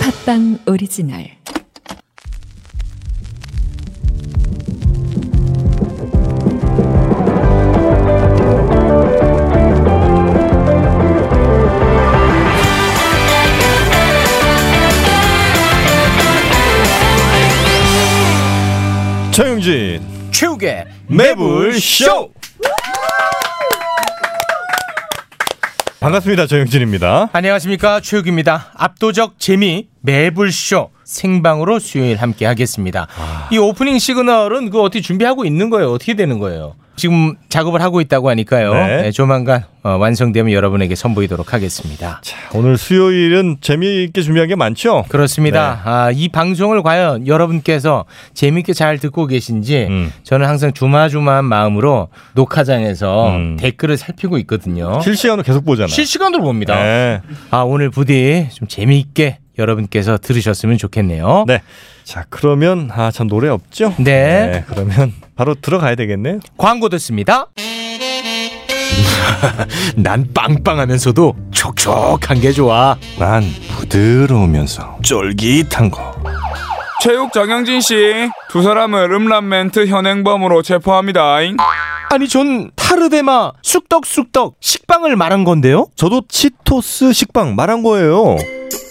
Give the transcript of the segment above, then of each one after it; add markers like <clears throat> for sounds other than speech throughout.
팟빵 오리지널 정영진 최욱의 매불 쇼 반갑습니다 정영진입니다 안녕하십니까 최욱입니다. 압도적 재미 매불쇼 생방으로 수요일 함께 하겠습니다. 아. 이 오프닝 시그널은 그 어떻게 준비하고 있는 거예요? 어떻게 되는 거예요? 지금 작업을 하고 있다고 하니까요. 네. 네, 조만간 어, 완성되면 여러분에게 선보이도록 하겠습니다. 오늘 수요일은 재미있게 준비한 게 많죠 그렇습니다. 네. 아, 이 방송을 과연 여러분께서 재밌게 잘 듣고 계신지 음. 저는 항상 조마조마한 마음으로 녹화장에서 음. 댓글을 살피고 있거든요. 실시간으로 계속 보잖아요 실시간으로 봅니다. 네. 아 오늘 부디 좀 재미있게 여러분께서 들으셨으면 좋겠네요. 네. 자 그러면 아 참 노래 없죠 네. 그러면 바로 들어가야 되겠네요 광고 <laughs> 듣습니다. 난 빵빵하면서도 촉촉한 게 좋아. 난 부드러우면서 쫄깃한 거 체육 정영진 씨 두 사람을 음란멘트 현행범으로 체포합니다. 아니 전 타르데마 쑥떡쑥떡 식빵을 말한 건데요. 저도 치토스 식빵 말한 거예요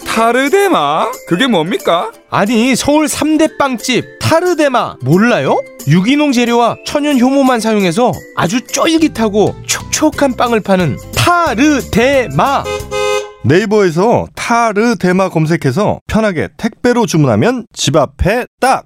타르데마 그게 뭡니까? 아니 서울 3대 빵집 타르데마 몰라요? 유기농 재료와 천연 효모만 사용해서 아주 쫄깃하고 촉촉한 빵을 파는 타르데마. 네이버에서 타르데마 검색해서 편하게 택배로 주문하면 집 앞에 딱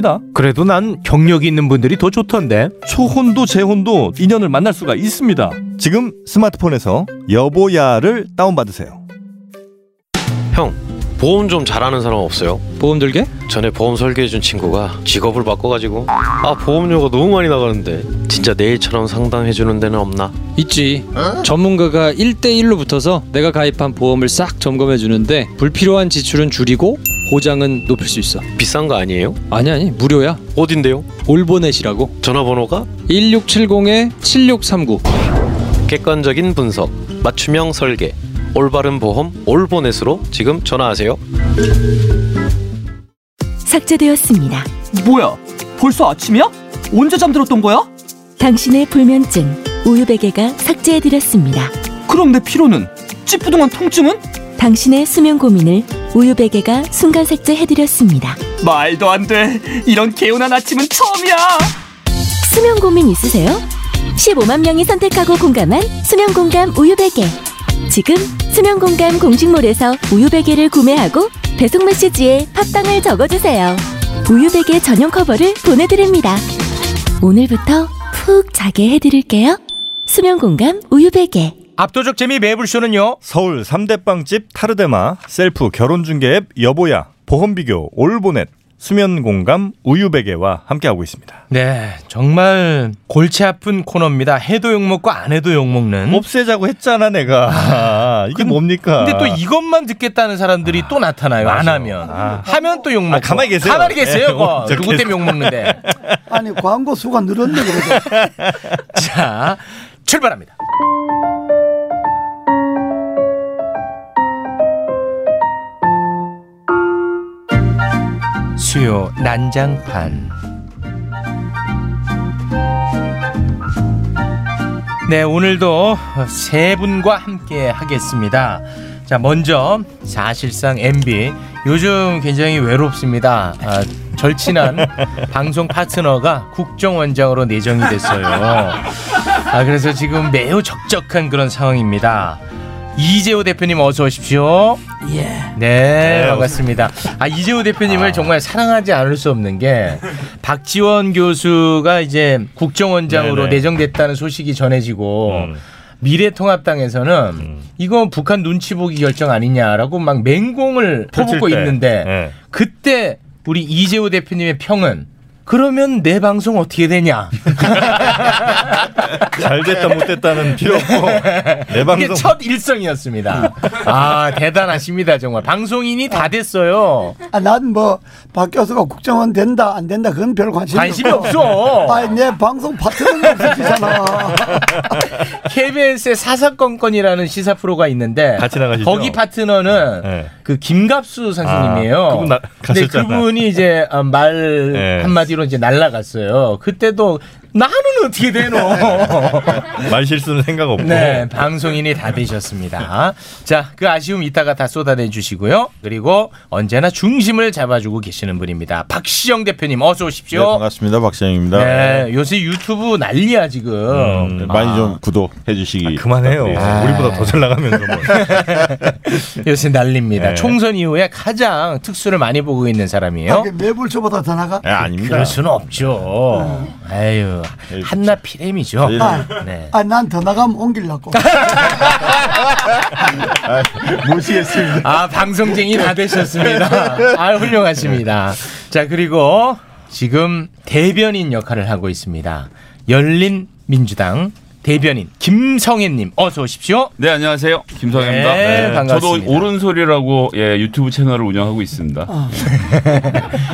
그래도 난 경력이 있는 분들이 더 좋던데 초혼도 재혼도 인연을 만날 수가 있습니다. 지금 스마트폰에서 여보야를 다운받으세요. 형 보험 좀 잘하는 사람 없어요? 보험 들게? 전에 보험 설계해준 친구가 직업을 바꿔가지고 아 보험료가 너무 많이 나가는데 진짜 내일처럼 상담해주는 데는 없나? 있지. 전문가가 1대1로 붙어서 내가 가입한 보험을 싹 점검해 주는데 불필요한 지출은 줄이고 보장은 높일 수 있어. 비싼 거 아니에요? 아니 아니 무료야. 어딘데요? 올보넷이라고. 전화번호가 1670-7639. 객관적인 분석 맞춤형 설계 올바른 보험 올보넷으로 지금 전화하세요 삭제되었습니다. 뭐야? 벌써 아침이야? 언제 잠들었던 거야? 당신의 불면증 우유 베개가 삭제해 드렸습니다. 그럼 내 피로는? 찌뿌둥한 통증은? 당신의 수면 고민을 우유 베개가 순간 삭제해 드렸습니다. 말도 안 돼. 이런 개운한 아침은 처음이야. 수면 고민 있으세요? 15만 명이 선택하고 공감한 수면 공감 우유 베개. 지금 수면 공감 공식몰에서 우유 베개를 구매하고 배송 메시지에 팟빵을 적어 주세요. 우유 베개 전용 커버를 보내 드립니다. 오늘부터 푹 자게 해 드릴게요. 수면 공감 우유 베개. 압도적 재미 매불쇼는요 서울 3대 빵집 타르데마, 셀프 결혼중개 앱 여보야, 보험비교 올보넷, 수면공감 우유베개와 함께하고 있습니다. 네 정말 골치 아픈 코너입니다 해도 욕먹고 안 해도 뭐, 욕먹는 없애자고 했잖아 내가. 이게 음? 근- 뭡니까? 근데 또 이것만 듣겠다는 사람들이 또 나타나요 안 하면 하면 또 욕먹고 아, 가만히 계세요. 가만히 계세요 예, 그거. 저 누구 때문에 욕먹는데 아니 광고 수가 늘었네 그래서 자 출발합니다 수요 난장판 네 오늘도 세 분과 함께 하겠습니다 자 먼저 사실상 MB 요즘 굉장히 외롭습니다 아, 절친한 방송 파트너가 국정원장으로 내정이 됐어요 아 그래서 지금 매우 적적한 그런 상황입니다 이재호 대표님 어서 오십시오 네, 반갑습니다. 아, 이재호 대표님을 정말 사랑하지 않을 수 없는 게 박지원 교수가 이제 국정원장으로 네네. 내정됐다는 소식이 전해지고 미래통합당에서는 음. 이거 북한 눈치 보기 결정 아니냐라고 막 맹공을 펼칠 퍼붓고 때. 있는데 예. 그때 우리 이재호 대표님의 평은 그러면 내 방송 어떻게 되냐? 잘 됐다 못 됐다는 필요 없고 내 <laughs> 이게 방송 첫 일성이었습니다. 아 대단하십니다 정말 방송인이 다 됐어요. 아, 난 뭐 박 교수가 국정원 된다 안 된다 그건 별 관심이, 관심이 없고. 없어. 네. 아니 내 방송 파트너가 없으시잖아. KBS의 사사건건이라는 시사 프로가 있는데 같이 나가시죠? 거기 파트너는 네. 그 김갑수 선생님이에요. 아, 그분 나- 근데 가셨잖아. 그분이 이제 어, 말 네. 한마디로 이제 날라갔어요. 그때도 나는 <laughs> 어떻게 되노? 말 실수는 생각 없고 네, 방송인이 다 되셨습니다. 자, 그 아쉬움 이따가 다 쏟아내 주시고요. 그리고 언제나 중심을 잡아주고 계시는 분입니다. 박시영 대표님 어서 오십시오. 네, 네, 반갑습니다. 박시영입니다. 네, 요새 유튜브 난리야 지금. 음, 네, 많이 좀 구독해 주시기. 아. 그만해요. 아. 우리보다 더 잘 나가면서 뭐. 요새 난립니다. 네. 총선 이후에 가장 특수를 많이 보고 있는 사람이에요. 이게 매불초보다 더 나가. 네, 아닙니다. 그럴 수는 없죠. 아유, 한나 피렘이죠. 저희는- 네. 아, 난 더 나가면 옮기려고. 무시했습니다. 아, 방송쟁이 다 되셨습니다. 아, 훌륭하십니다. 자, 그리고 지금 대변인 역할을 하고 있습니다. 열린 민주당 대변인 김성애님 어서 오십시오. 네 안녕하세요 김성현입니다. 네, 반갑습니다. 저도 옳은 소리라고 예, 유튜브 채널을 운영하고 있습니다. 아.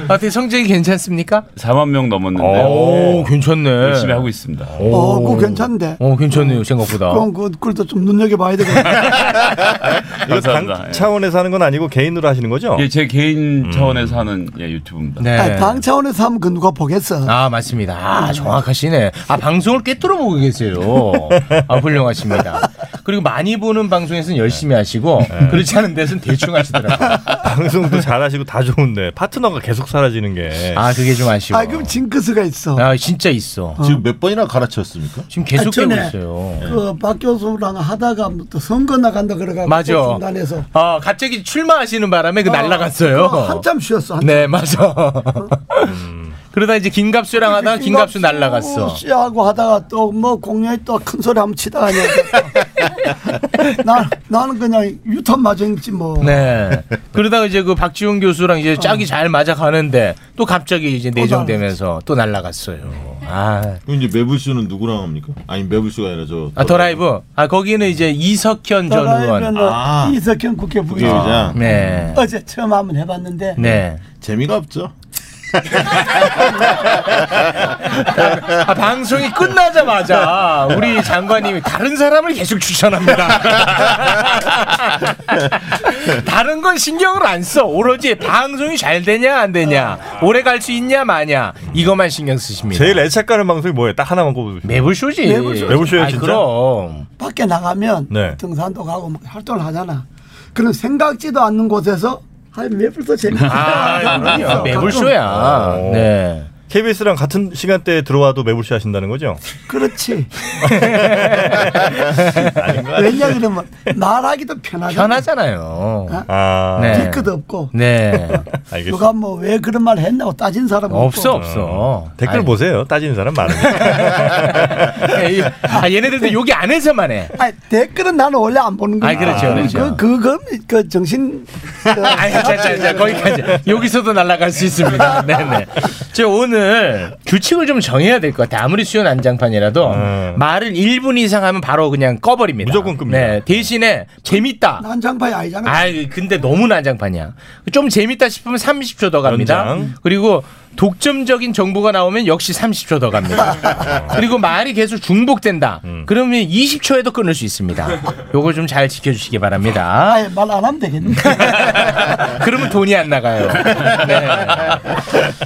어떻게 성적이 괜찮습니까? 4만 명 네. 넘었는데 어. 괜찮네. 열심히 하고 있습니다. 네. 어, 그거 괜찮은데. 어, 괜찮네요 생각보다. 그럼 그 글도 좀 눈여겨봐야 되겠네. 이거 감사합니다. 예. 당 차원에서 하는 건 아니고 개인으로 하시는 거죠? 예, 제 음. 개인 차원에서 하는 예, 유튜브입니다. 네. 아, 당 차원에서 하면 그 누가 보겠어. 아 맞습니다. 아 정확하시네. 아 방송을 꿰뚫어 보고 계세요. 아 훌륭하십니다. 그리고 많이 보는 방송에서는 네. 열심히 하시고 그렇지 않은 데서는 대충 하시더라고요. 방송도 잘하시고 다 좋은데 파트너가 계속 사라지는 게 네. 아 그게 좀 아쉬워. 아, 그럼 징크스가 있어. 아 진짜 있어. 지금 몇 번이나 가르쳤습니까? 지금 계속 아, 깨고 전에. 있어요. 네. 그 박 교수랑 하다가 또 선거 나간다 그래가지고 맞아. 중단해서 아 갑자기 출마하시는 바람에 그 날라갔어요. 어, 한참 쉬었어. 한참. 네 맞아. 그러다 이제 김갑수랑 하다가 김갑수 아, 날라갔어. 씨하고 하다가 또 뭐 공연이 또 큰 소리 한번 치다가 그냥 <laughs> 나 나는 그냥 유턴 맞은지 뭐. 네. 그러다가 이제 그 박지훈 교수랑 이제 짝이 잘 맞아 가는데 어. 또 갑자기 이제 내정되면서 또 날라갔어요. 아, 그럼 이제 매불쇼는 누구랑 합니까? 아니 매불쇼가 아니라 저. 아 더라이브. 아 거기는 이제 이석현 전 의원. 전후원 아. 이석현 국회 부의장 부회장 네. 어제 처음 한번 해봤는데 네. 재미가 없죠. 네. 아, 방송이 끝나자마자 우리 장관님이 다른 사람을 계속 추천합니다. <laughs> 다른 건 신경을 안 써. 오로지 방송이 잘 되냐 안 아. 되냐, 오래 갈 수 있냐 마냐 이것만 신경 쓰십니다. 예. 제일 애착가는 방송이 뭐예요? 딱 하나만 꼽으세요. 매불쇼지. 매불쇼지. 매불쇼예요, 아이, 진짜? 그럼. 밖에 나가면 네. 등산도 가고 막 활동을 하잖아. 그런 생각지도 않는 곳에서 한몇 불도 재밌어. 아, 그럼요. 매불쇼야. 오. 네. KBS랑 같은 시간대에 들어와도 매불쇼 하신다는 거죠? <laughs> <laughs> 그렇지. 왜냐 그러면 말하기도 편하잖아. 편하잖아요. 아, 네. 뒤끝 없고 <laughs> 네. 누가 알겠습니다. 뭐 왜 그런 말 했냐고 따진 사람 없어, 음. 없고. 없어. 댓글 아이, 보세요. 따지는 사람 <laughs> 많은데. <laughs> 예, 예. 아, 얘네들도 여기 안에서만 <laughs> 해. 아니, 댓글은 나는 원래 안 보는 거야. 아, 그렇죠, 그렇죠. 그, 그건 그 정신. 아이, 자, 자, 자, 거기까지. 여기서도 날아갈 수 있습니다. 네네. 저 오늘 규칙을 좀 정해야 될 것 같아요. 아무리 수요 난장판이라도 음. 말을 1분 이상 하면 바로 그냥 꺼버립니다. 무조건 끕니다. 네. 대신에 재밌다. 난장판이 아니잖아. 아 근데 너무 난장판이야. 좀 재밌다 싶으면 30초 더 갑니다. 연장. 그리고 독점적인 정보가 나오면 역시 30초 <laughs> 더 갑니다. 그리고 말이 계속 중복된다. 음. 그러면 20초에도 끊을 <laughs> 수 있습니다. 요거 좀 잘 지켜주시기 바랍니다. 아예 말안 하면 <laughs> 되겠네. 그러면 돈이 안 나가요.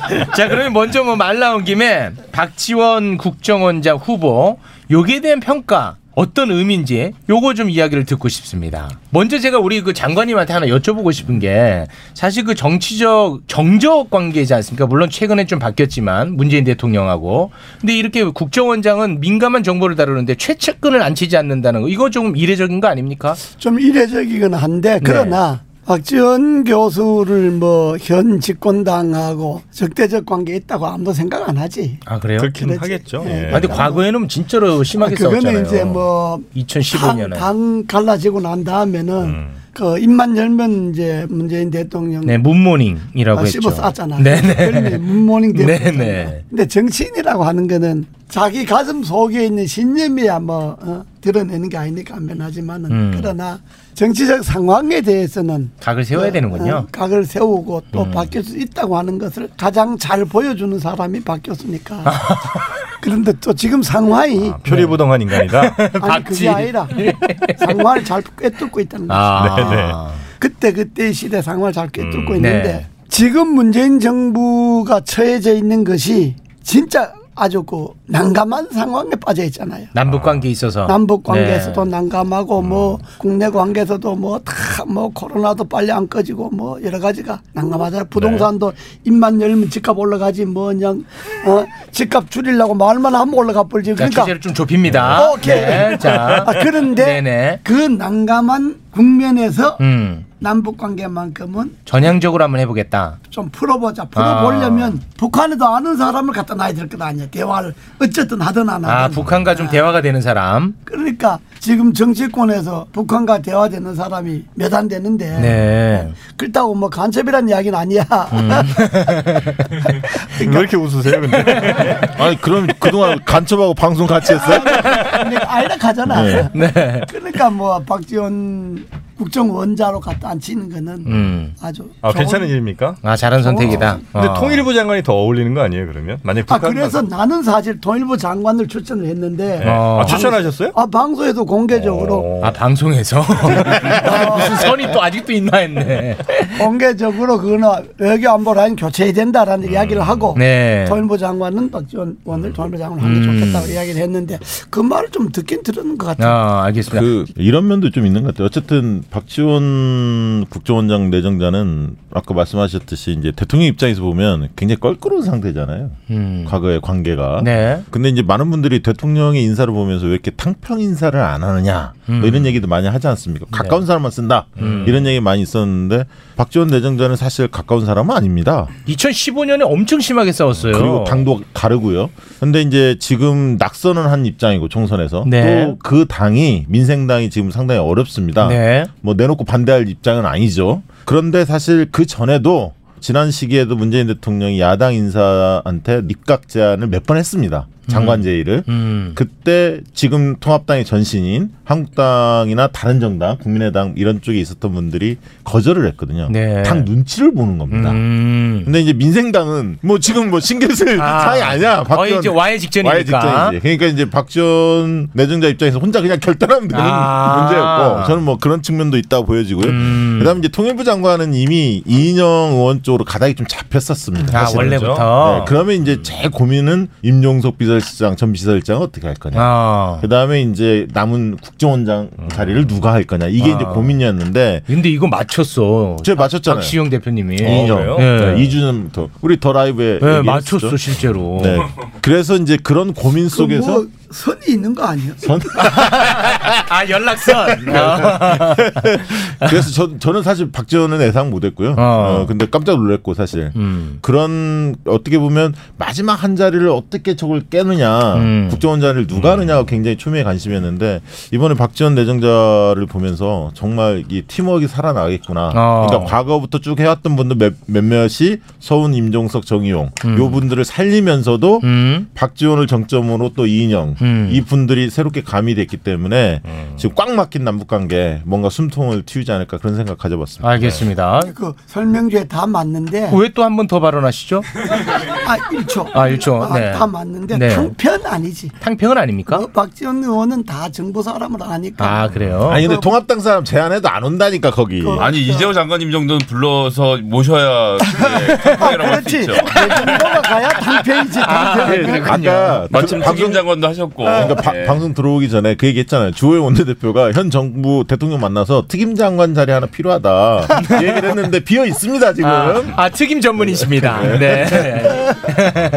네. 자, 그러면 먼저 뭐 말 나온 김에 박지원 국정원장 후보 요기에 대한 평가 어떤 의미인지 요거 좀 이야기를 듣고 싶습니다. 먼저 제가 우리 그 장관님한테 하나 여쭤보고 싶은 게 사실 그 정치적 정적 관계지 않습니까? 물론 최근에 좀 바뀌었지만 문재인 대통령하고 근데 이렇게 국정원장은 민감한 정보를 다루는데 최측근을 안 치지 않는다는 거 이거 조금 이례적인 거 아닙니까? 네. 좀 이례적이긴 한데, 그러나 박지원 교수를 뭐 현 집권당하고 적대적 관계 있다고 아무도 생각 안 하지. 아 그래요? 그렇긴 그렇지. 하겠죠. 예. 아, 근데 과거에는 진짜로 심하게 싸웠잖아요. 그거는 이제 뭐 2015년에 당, 당 갈라지고 난 다음에는 그 입만 열면 이제 문재인 대통령 네 문모닝이라고 아, 했죠. 씹어 쌌잖아. 별명이 네네. 문모닝 대통령. 네네. 근데 정치인이라고 하는 거는 자기 가슴 속에 있는 신념이야 뭐 어, 드러내는 게 아니니까 안면하지만은 음. 그러나 정치적 상황에 대해서는 <laughs> 각을 세워야 어, 되는군요. 어, 각을 세우고 또 음. 바뀔 수 있다고 하는 것을 가장 잘 보여주는 사람이 <laughs> 바뀌었으니까. 그런데 또 지금 상황이 표리부동한 <laughs> 네, 인간이다. 아니 그게 아니라 상황을 잘 꿰뚫고 있다는 거죠. 네, 그러니까 아. 그때 그때 시대 상황을 잘 꿰뚫고 음, 있는데 네. 지금 문재인 정부가 처해져 있는 것이 진짜 아주 그 난감한 상황에 빠져 있잖아요. 남북 관계 있어서 남북 네. 음. 관계에서도 난감하고 뭐 국내 관계에서도 뭐 다 뭐 코로나도 빨리 안 꺼지고 뭐 여러 가지가 네. 난감하잖아요. 부동산도 입만 열면 집값 올라가지 뭐 그냥 어 집값 줄이려고 말만 하면 올라가 버리지. 자, 그러니까 주제를 좀 좁힙니다. 오케이. 네, 자. <laughs> 아, 그런데 네네. 그 난감한 국면에서 음. 남북 관계만큼은 전향적으로 한번 해보겠다. 좀 풀어보자. 풀어보려면 북한에도 아는 사람을 갖다 놔야 될 것 아니야. 대화를 어쨌든 하든 안 하든. 아 북한과 좀 대화가 되는 사람. 그러니까 지금 정치권에서 북한과 대화되는 사람이 몇 안 되는데 네. 음. 그렇다고 뭐 간첩이란 이야기는 아니야. <laughs> 왜 이렇게 웃으세요, 네. 근데? 네. 아니 그럼 <laughs> 그동안 간첩하고 방송 같이 했어요? 그러니까 아이라 가잖아. 네. 그러니까 뭐 박지원 국정원자로 갖다 앉히는 거는 음. 아주 아, 좋은- 괜찮은 일입니까? 아, 잘한 선택이다. 근데 어. 통일부 장관이 더 어울리는 거 아니에요, 그러면? 만약 아 북한 그래서 나는 사실 통일부 장관을 추천을 했는데 네. 아, 추천하셨어요? 아 방송에도 공개적으로 아 <laughs> 방송에서 아. 무슨 선이 또 아직도 있나 했네. 공개적으로 그거는 외교 안보 라인 교체해야 된다라는 이야기를 하고 음. 네. 통일부 장관은 박지원 원을 통일부 장관을 하는 게 음. 좋겠다고 이야기를 했는데 그 말을 좀 듣긴 들은 것 같아요. 아, 알겠습니다. 그 이런 면도 좀 있는 것 같아요. 어쨌든 박지원 국정원장 내정자는 아까 말씀하셨듯이 이제 대통령 입장에서 보면 굉장히 껄끄러운 상태잖아요. 과거의 관계가. 음. 네. 근데 이제 많은 분들이 대통령의 인사를 보면서 왜 이렇게 탕평 인사를 안 하느냐 뭐 이런 얘기도 많이 하지 않습니까? 가까운 사람만 쓴다 네. 음. 이런 얘기 많이 있었는데 박지원 내정자는 사실 가까운 사람은 아닙니다. 2015년에 엄청 심하게 싸웠어요. 그리고 당도 다르고요. 근데 이제 지금 낙선은 한 입장이고 총선에서 네. 또 그 당이 민생당이 지금 상당히 어렵습니다. 네. 뭐 내놓고 반대할 입장은 아니죠. 그런데 사실 그 전에도 지난 시기에도 문재인 대통령이 야당 인사한테 입각 제안을 몇 번 했습니다. 장관 제의를. 음. 그때 지금 통합당의 전신인 한국당이나 다른 정당, 국민의당 이런 쪽에 있었던 분들이 거절을 했거든요. 네. 음. 당 눈치를 보는 겁니다. 근데 이제 민생당은 뭐 지금 뭐 신경 쓸 아, 사이 아니야. 거의 이제 와해 직전이니까. 와해 직전이지. 그러니까 이제 박지원 내정자 입장에서 혼자 그냥 결단하면 되는 아. <laughs> 문제였고 저는 뭐 그런 측면도 있다고 보여지고요. 그다음에 이제 통일부 장관은 이미 이인영 의원 쪽으로 가닥이 좀 잡혔었습니다. 아, 사실은. 원래부터. 네, 그러면 이제 제일 고민은 임종석 비서실장 전 비서실장 어떻게 할 거냐. 아. 그다음에 이제 남은 국정원장 자리를 누가 할 거냐. 이게 아. 이제 고민이었는데 근데 이거 맞췄어. 제가 맞췄잖아요. 박시영 대표님이. 이인영. 네. 예. 네, 2주 전부터 우리 더 라이브에 네, 얘기했었죠. 맞췄어 실제로. 네. 그래서 이제 그런 고민 그 속에서 뭐 선이 있는 거 아니에요? 아 <laughs> 연락선. 아. 그래서 저, 저는 사실 박지원은 예상 못했고요. 아. 어. 근데 깜짝 놀랐고 사실 음. 그런 어떻게 보면 마지막 한 자리를 어떻게 저걸 깨느냐 음. 국정원 자리를 누가 하느냐가 굉장히 초미의 관심이었는데 이번에 박지원 내정자를 보면서 정말 이 팀워크가 살아나겠구나. 어. 그러니까 과거부터 쭉 해왔던 분들 몇, 몇몇이 서훈, 임종석, 정의용 음. 요 분들을 살리면서도 음. 박지원을 정점으로 또 이인영 음. 이 분들이 새롭게 감이 됐기 때문에 지금 꽉 막힌 남북 관계 뭔가 숨통을 틔우지 않을까 그런 생각 가져봤습니다. 알겠습니다. 그 설명주에 다 맞는데 왜 또 한 번 더 발언하시죠? 아 1초. 아, 1초. 네. 다 맞는데 네. 당편 아니지. 탕평은 아닙니까? 어, 박지원 의원은 다 정부 사람을 아니까. 아 그래요. 아니 근데 통합당 사람 제안해도 안 온다니까 거기. 그, 아니 이재호 장관님 정도는 불러서 모셔야 예, <laughs> 탕평이라고 아, 할 수 있죠. 정부가 가야 아, 당편이지. 아, 당편. 아까 마침 그 방송 박영 장관도 하셨고. 그러니까 바- 예. 방송 들어오기 전에 그 얘기 했잖아요. 주호의 원내대표가 현 정부 대통령 만나서 특임 장관 자리 하나 필요하다. 이 얘기를 했는데 비어 있습니다, 지금. 아, 아, 특임 전문이십니다. 네.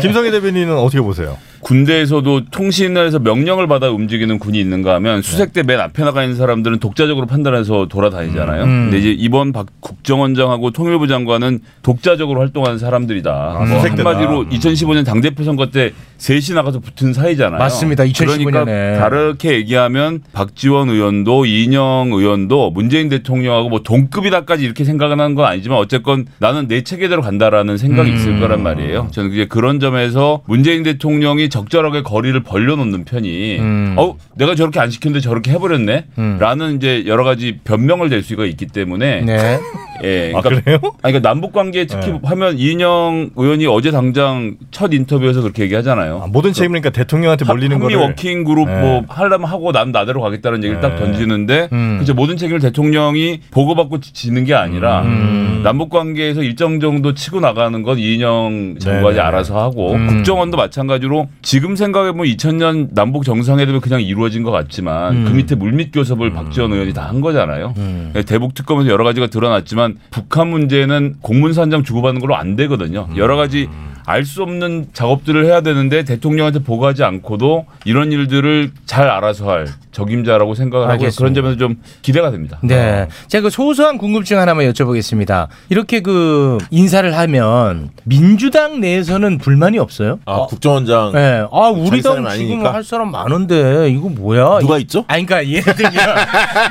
김성희 대변인은 어떻게 보세요? 군대에서도 통신에서 명령을 받아 움직이는 군이 있는가 하면 수색대 맨 앞에 나가 있는 사람들은 독자적으로 판단해서 돌아다니잖아요. 음. 근데 이제 이번 박 국정원장하고 통일부 장관은 독자적으로 활동한 사람들이다. 아, 뭐 수색대다. 음. 한마디로 2015년 당대표 선거 때 셋이 나가서 붙은 사이잖아요. 맞습니다. 2015 년에. 그러니까 다르게 얘기하면 박지원 의원도 이인영 의원도 문재인 대통령하고 뭐 동급이다까지 이렇게 생각은 하는 건 아니지만 어쨌건 나는 내 체계대로 간다라는 생각이 있을 거란 말이에요. 저는 이제 그런 점에서 문재인 대통령이 적절하게 거리를 벌려놓는 편이 음. 어우 내가 저렇게 안 시켰는데 저렇게 해버렸네 음. 라는 이제 여러 가지 변명을 댈 수가 있기 때문에 네. 예, 아, 그래요? 아니, 그러니까 남북 관계 특히 하면 이인영 의원이 어제 당장 첫 인터뷰에서 그렇게 얘기하잖아요. 모든 책임이니까 대통령한테 몰리는 한미 거를 아, 워킹 그룹 네. 뭐 하려면 하고 난 나대로 가겠다는 얘기를 딱 던지는데 음. 그죠 모든 책임을 대통령이 보고받고 지- 지는 게 아니라 음. 음. 남북 관계에서 일정 정도 치고 나가는 건 이인영 장관이 네네. 알아서 하고 음. 국정원도 마찬가지로 지금 생각해 보면 2000년 남북 정상회담이 그냥 이루어진 것 같지만 음. 그 밑에 물밑 교섭을 박지원 의원이 다 한 거잖아요. 네, 대북 특검에서 여러 가지가 드러났지만 북한 문제는 공문산장 주고받는 걸로 안 되거든요. 음. 여러 가지 알 수 없는 작업들을 해야 되는데 대통령한테 보고하지 않고도 이런 일들을 잘 알아서 할 적임자라고 생각을 하고 알겠습니다. 그런 점에서 좀 기대가 됩니다. 네. 제가 그 소소한 궁금증 하나만 여쭤보겠습니다. 이렇게 그 인사를 하면 민주당 내에서는 불만이 없어요? 아, 국정원장. 네. 아, 우리 자기 사람 당 지금 아니니까? 할 사람 많은데 이거 뭐야? 누가 있죠? 아니 그러니까 예를 들면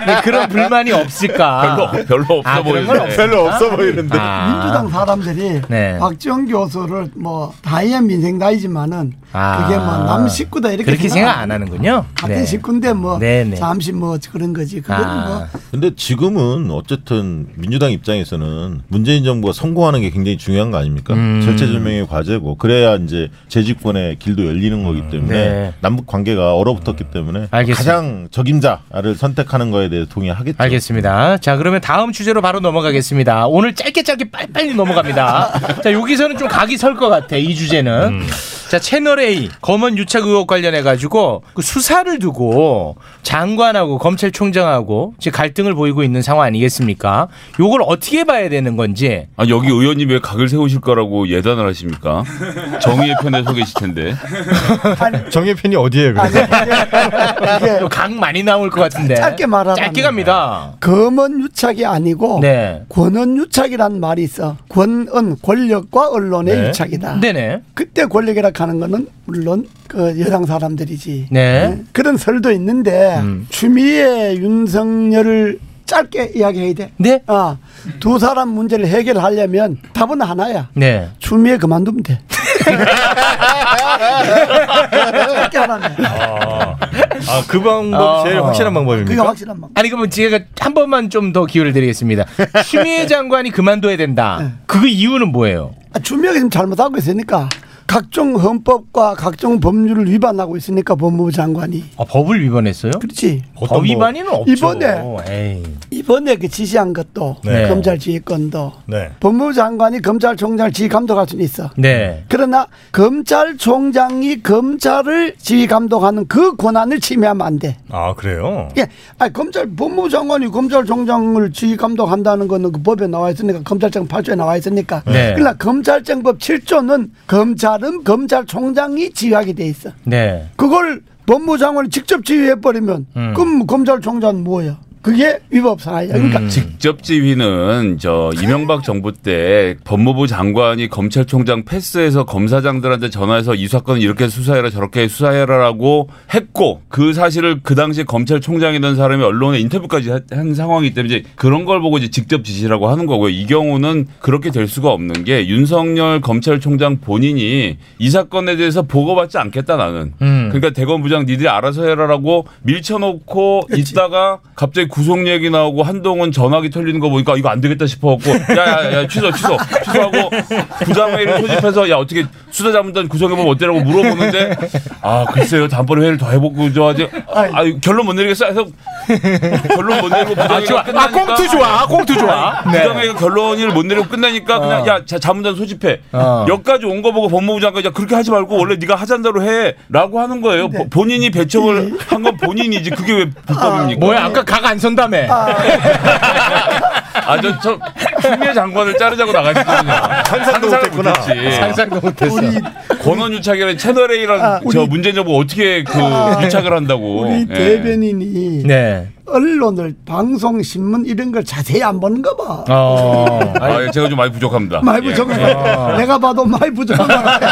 네, 그런 불만이 없을까? 별로 별로 없어 아, 그런 건 보이는데. 없을까? 아. 민주당 사람들이 네. 박지원 교수를 뭐 다이아 민생 다이지만은 아. 그게 뭐 남 식구다 이렇게 그렇게 생각 안 해. 하는군요. 같은 네. 아. 식구인데 뭐 네, 네. 잠시 뭐 그런 거지. 그건 뭐 근데 지금은 어쨌든 민주당 입장에서는 문재인 정부가 성공하는 게 굉장히 중요한 거 아닙니까? 음. 절체절명의 과제고 그래야 이제 재집권의 길도 열리는 거기 때문에 네. 남북 관계가 얼어붙었기 때문에 음. 알겠습니다. 가장 적임자를 선택하는 거에 대해 동의하겠죠. 알겠습니다. 자, 그러면 다음 주제로 바로 넘어가겠습니다. 오늘 짧게 짧게 빨리빨리 넘어갑니다. 자, 여기서는 좀 각이 설 것 같아. 이 주제는. 자, 채널 A 검언 유착 의혹 관련해 가지고 그 수사를 두고 장관하고 검찰총장하고 지금 갈등을 보이고 있는 상황 아니겠습니까? 요걸 어떻게 봐야 되는 건지. 아 여기 의원님 왜 각을 세우실 거라고 예단을 하십니까? 정의의 편에 서 계실 텐데. 정의의 편이 어디에 그래? 요각 많이 나올 것 같은데. 네. 짧게 말하라. 짧게 갑니다. 검은 유착이 아니고 네. 권은 유착이란 말이 있어. 권은 권력과 언론의 네. 유착이다. 네네. 그때 권력이라 하는 거는 물론 그 여당 사람들이지. 네. 그런 설도 있는데 음. 추미애 윤석열을 짧게 이야기해야 돼. 네. 아, 두 사람 문제를 해결하려면 답은 하나야. 네. 추미애 그만두면 돼. 짧게 하라면. 아, 그 방법 제일 어. 확실한 방법입니다. 확실한 방. 아니 그러면 제가 한 번만 좀 더 기회를 드리겠습니다. <laughs> 네. 추미애 장관이 그만둬야 된다. 그 이유는 뭐예요? 아, 준비하기 좀 잘못하고 있으니까 각종 헌법과 각종 법률을 위반하고 있으니까 법무부 장관이 아, 법을 위반했어요? 그렇지. 법 위반이는 없죠. 이번에 에이. 이번에 그 지시한 것도 네. 검찰 지휘권도 네. 법무부 장관이 검찰총장을 지휘 감독할 수는 있어. 네. 그러나 검찰총장이 검찰을 지휘 감독하는 그 권한을 침해하면 안 돼. 아, 그래요? 예, 아 검찰 법무부 장관이 검찰총장을 지휘 감독한다는 거는 그 법에 나와 있으니까 검찰청 8조에 나와 있으니까. 네. 그러나 검찰청법 7조는 검찰은 검찰총장이 지휘하게 돼 있어. 네. 그걸 법무부 장관이 직접 지휘해 버리면 음. 그럼 검찰총장은 뭐예요? 그게 위법 사항이야. 그러니까 음. 직접 지휘는 저 이명박 정부 때 법무부 장관이 검찰총장 패스해서 검사장들한테 전화해서 이 사건은 이렇게 수사해라 저렇게 수사해라라고 했고 그 사실을 그 당시 검찰총장이던 사람이 언론에 인터뷰까지 하- 한 상황이기 때문에 이제 그런 걸 보고 이제 직접 지시라고 하는 거고요. 이 경우는 그렇게 될 수가 없는 게 윤석열 검찰총장 본인이 이 사건에 대해서 보고받지 않겠다 나는. 음. 그러니까 대검 부장 니들이 알아서 해라라고 밀쳐놓고 있다가 갑자기 구속 얘기 나오고 한동훈 전화기 털리는 거 보니까 이거 안 되겠다 싶어갖고 야야야 취소 취소 취소하고 부장회의를 소집해서 야 어떻게 수사자문단 구성해보면 어때라고 물어보는데 아 글쎄요 다음번에 회의를 더 해보고 저 하지 아, 아, 결론 못 내리겠어 해서 결론 못 내리고 아, 좋아. 아, 부장회의가 끝나니까 꽁투 좋아. 꽁투 좋아. 네. 부장회의가 결론을 못 내리고 끝나니까 그냥 어. 야 자, 자문단 소집해 어. 여기까지 온 거 보고 법무부 장관이 야, 그렇게 하지 말고 원래 네가 하잔 대로 네. 해라고 하는 거예요. 보- 본인이 배척을 한 건 본인이지 그게 왜 불법입니까? 뭐야 아까 각 안 손담에. 아, 저, 저, 추미애 장관을 자르자고 나가시거든요. 아, 상상도 못했구나. <laughs> 상상도 못했어. 권원유착이라는 채널A라는 아, 저 우리- 문재인 정부 어떻게 그 아, 유착을 한다고. 우리 예. 대변인이 네. 언론을 방송 신문 이런 걸 자세히 안 보는 가 봐. <laughs> 어. 아, 예, 제가 좀 많이 부족합니다. 많이 예. 부족해. 예. <laughs> 내가 봐도 많이 부족한 거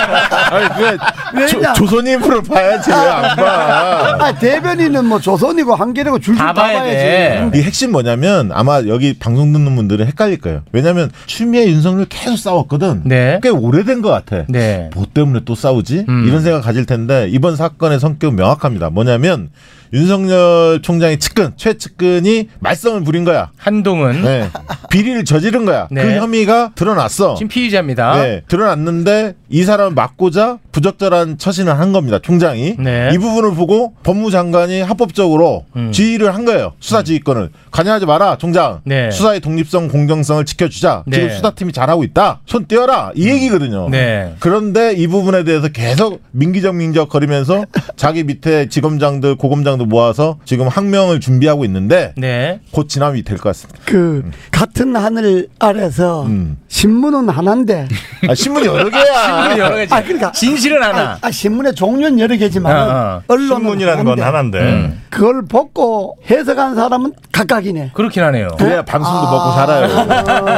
왜 왜냐? 조선인물을 봐야지 왜 안 <laughs> 봐? 아, 대변인은 뭐 조선이고 한겨레고 줄줄 다 봐야지. 이 핵심 뭐냐면 아마 여기 방송 듣는 분들은 헷갈릴 거예요. 왜냐면 추미애 윤석열 계속 싸웠거든. 네. 꽤 오래된 것 같아. 뭐 때문에 또 싸우지? 이런 생각 가질 텐데 이번 사건의 성격은 명확합니다. 뭐냐면 윤석열 총장의 측근 최측근이 말썽을 부린 거야. 네. 한동은 네. 비리를 저지른 거야. 그 네. 혐의가 드러났어. 지금 피의자입니다. 네, 드러났는데 이 사람을 막고자 부적절한 처신을 한 겁니다. 총장이 네. 음. 이 부분을 보고 법무장관이 합법적으로 지휘를 한 거예요. 수사 지휘권을 관여하지 마라, 총장. 네. 수사의 독립성, 공정성을 지켜주자. 네. 음. 지금 수사팀이 잘하고 있다. 손 떼어라 이 얘기거든요. 네. 그런데 이 부분에 대해서 계속 민기적 민적 거리면서 자기 밑에 지검장들, 고검장들 모아서 지금 항명을 준비하고 있는데 네. 곧 지나면 될 것 같습니다. 그 음. 같은 하늘 아래서 신문은 하나인데 아, 신문이 여러 개야. <laughs> 신문은 여러 개지. 아, 그러니까 진실은 하나. 아, 아, 신문의 종류는 여러 개지만 어, 어. 언론은 신문이라는 건 하나인데. 음. 그걸 벗고 해석한 사람은 <laughs> 각각이네. 그렇긴 하네요. 그래야 방송도 먹고 살아요. 그러니까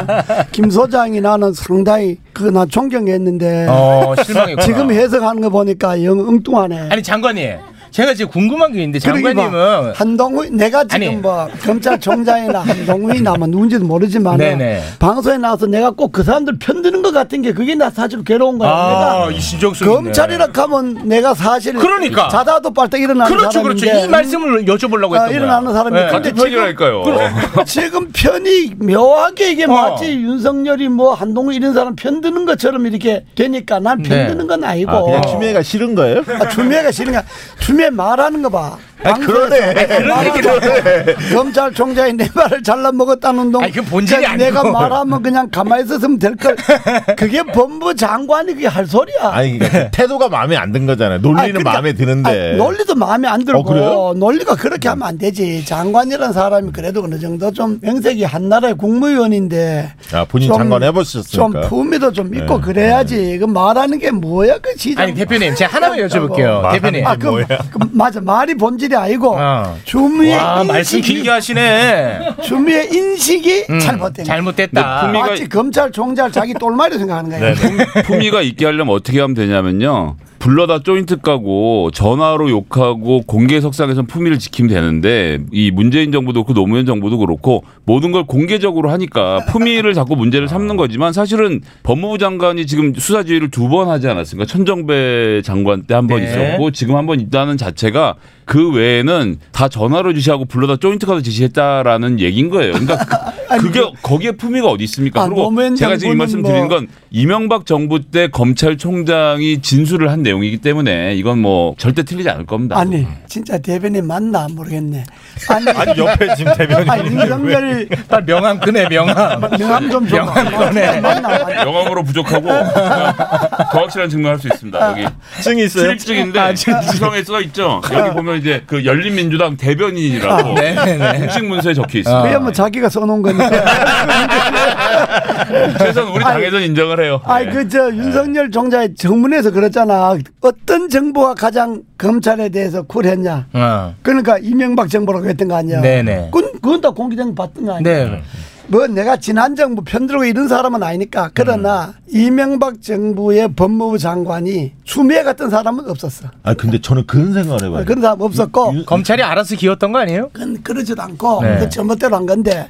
김 소장이 나는 상당히 그나 존경했는데 어, 실망했구나. 지금 해석하는 거 보니까 영 엉뚱하네. 아니 장관님, 제가 지금 궁금한 게 있는데 그러게 봐. 장관님은 한동훈 내가 지금 아니. 뭐 검찰총장이나 한동훈이나 뭐 누군지도 모르지만 네네. 방송에 나와서 내가 꼭 그 사람들 편드는 것 같은 게 그게 나 사실 괴로운 거야. 아, 내가 이 신정수 있네. 검찰이라 하면 내가 사실 그러니까. 자다도 빨딱 일어나는 그렇죠, 사람인데 그렇죠. 이 말씀을 여쭤보려고 했던 아, 거야. 일어나는 네. 어. 사람이 근데 같은 책이라니까요. 지금 편이 묘하게 이게 마치 윤석열이 뭐 한동훈 이런 사람 편드는 것처럼 이렇게 되니까 난 네. 편드는 건 아니고 아, 어. 그렇죠. 그냥 추미애가 싫은 거예요? 아, 추미애가 싫은 거 추미애 말하는 거 봐. 아, 그러네. 방송에서 그런 말하는 얘기를 거 봐. 검찰총장이 내 말을 잘라 먹었다는 동. 아니, 그건 본질이 그냥 아니고. 내가 말하면 그냥 가만히 있었으면 될 걸. 그게 법무 장관이 그게 할 소리야. 아니 그러니까 그 태도가 마음에 안 든 거잖아요. 논리는 아니, 그러니까- 마음에 드는데. 아, 논리도 마음에 안 어, 들고 그래요? 논리가 그렇게 하면 안 되지. 장관이라는 사람이 그래도 어느 정도 좀 명색이 한 나라의 국무위원인데 아, 본인 좀- 장관 해보셨으니까. 좀 품위도 좀 있고 네. 그래야지. 그 말하는 게 뭐야 그 시장. 아니 대표님, 제가 하나만 뭐 여쭤볼게요. 대표님, 아, 그, 그 맞아 말이 본질이 아니고 어. 주미의 와, 말씀 길게 <laughs> 하시네. 주미의 인식이 음, 잘못된. 잘못됐다. 아. 근데 품위가- 마치 검찰 총장 자기 똘마리 생각하는 거야. 네, 품위가 있게 하려면 어떻게 하면 되냐면요. 불러다 조인트 까고 전화로 욕하고 공개 석상에선 품위를 지키면 되는데 이 문재인 정부도 그렇고 노무현 정부도 그렇고 모든 걸 공개적으로 하니까 품위를 자꾸 문제를 삼는 거지만 사실은 법무부 장관이 지금 수사 지휘를 두 번 하지 않았습니까? 천정배 장관 때 한 번 네. 있었고 지금 한 번 있다는 자체가 그 외에는 다 전화로 지시하고 불러다 조인트 카드 지시했다라는 얘기인 거예요. 그러니까 <laughs> 그- 그게 거기에 품위가 어디 있습니까? 아, 그리고 노무현 제가 지금 이 정부는 말씀 뭐- 드리는 건 건 이명박 정부 때 검찰총장이 진술을 한 내용이기 때문에 이건 뭐 절대 틀리지 않을 겁니다. <laughs> 아니 진짜 대변인 맞나 모르겠네. 아니, 아니, 옆에 지금 대변인이 아니, 있는데 윤석열 빨리 아, 명함 끄네 명함. <laughs> 명함 좀 아, 줘. 명함 꺼내. 영함으로 부족하고 더 확실한 증명할 수 있습니다. 여기 증이 있어요? 출입증인데 아, 출입증. 구성에 써 있죠. 여기 보면 이제 그 열린민주당 대변인이라고 아, 네, 네. 공식 문서에 적혀 그야 있습니다. 뭐 자기가 써놓은 거니까. 최소한 우리 당에서 인정을 해요. 네. 아이 그저 윤석열 총장이 정문에서 그랬잖아. 어떤 정부가 가장 검찰에 대해서 쿨했냐. 어. 그러니까 이명박 정부라고 했던 거 아니야. 네네. 그건, 그건 다 공개된 거 봤던 거 아니야. 네. 뭐 내가 지난 정부 편들고 이런 사람은 아니니까. 그러나 음. 이명박 정부의 법무부 장관이 추미애 같은 사람은 없었어. 아 근데 저는 그런 생각을 해봐요. 그런 사람 없었고. 검찰이 알아서 기었던 거 아니에요? 그건 그러지도 않고 네. 어. 그 잘못대로 한 건데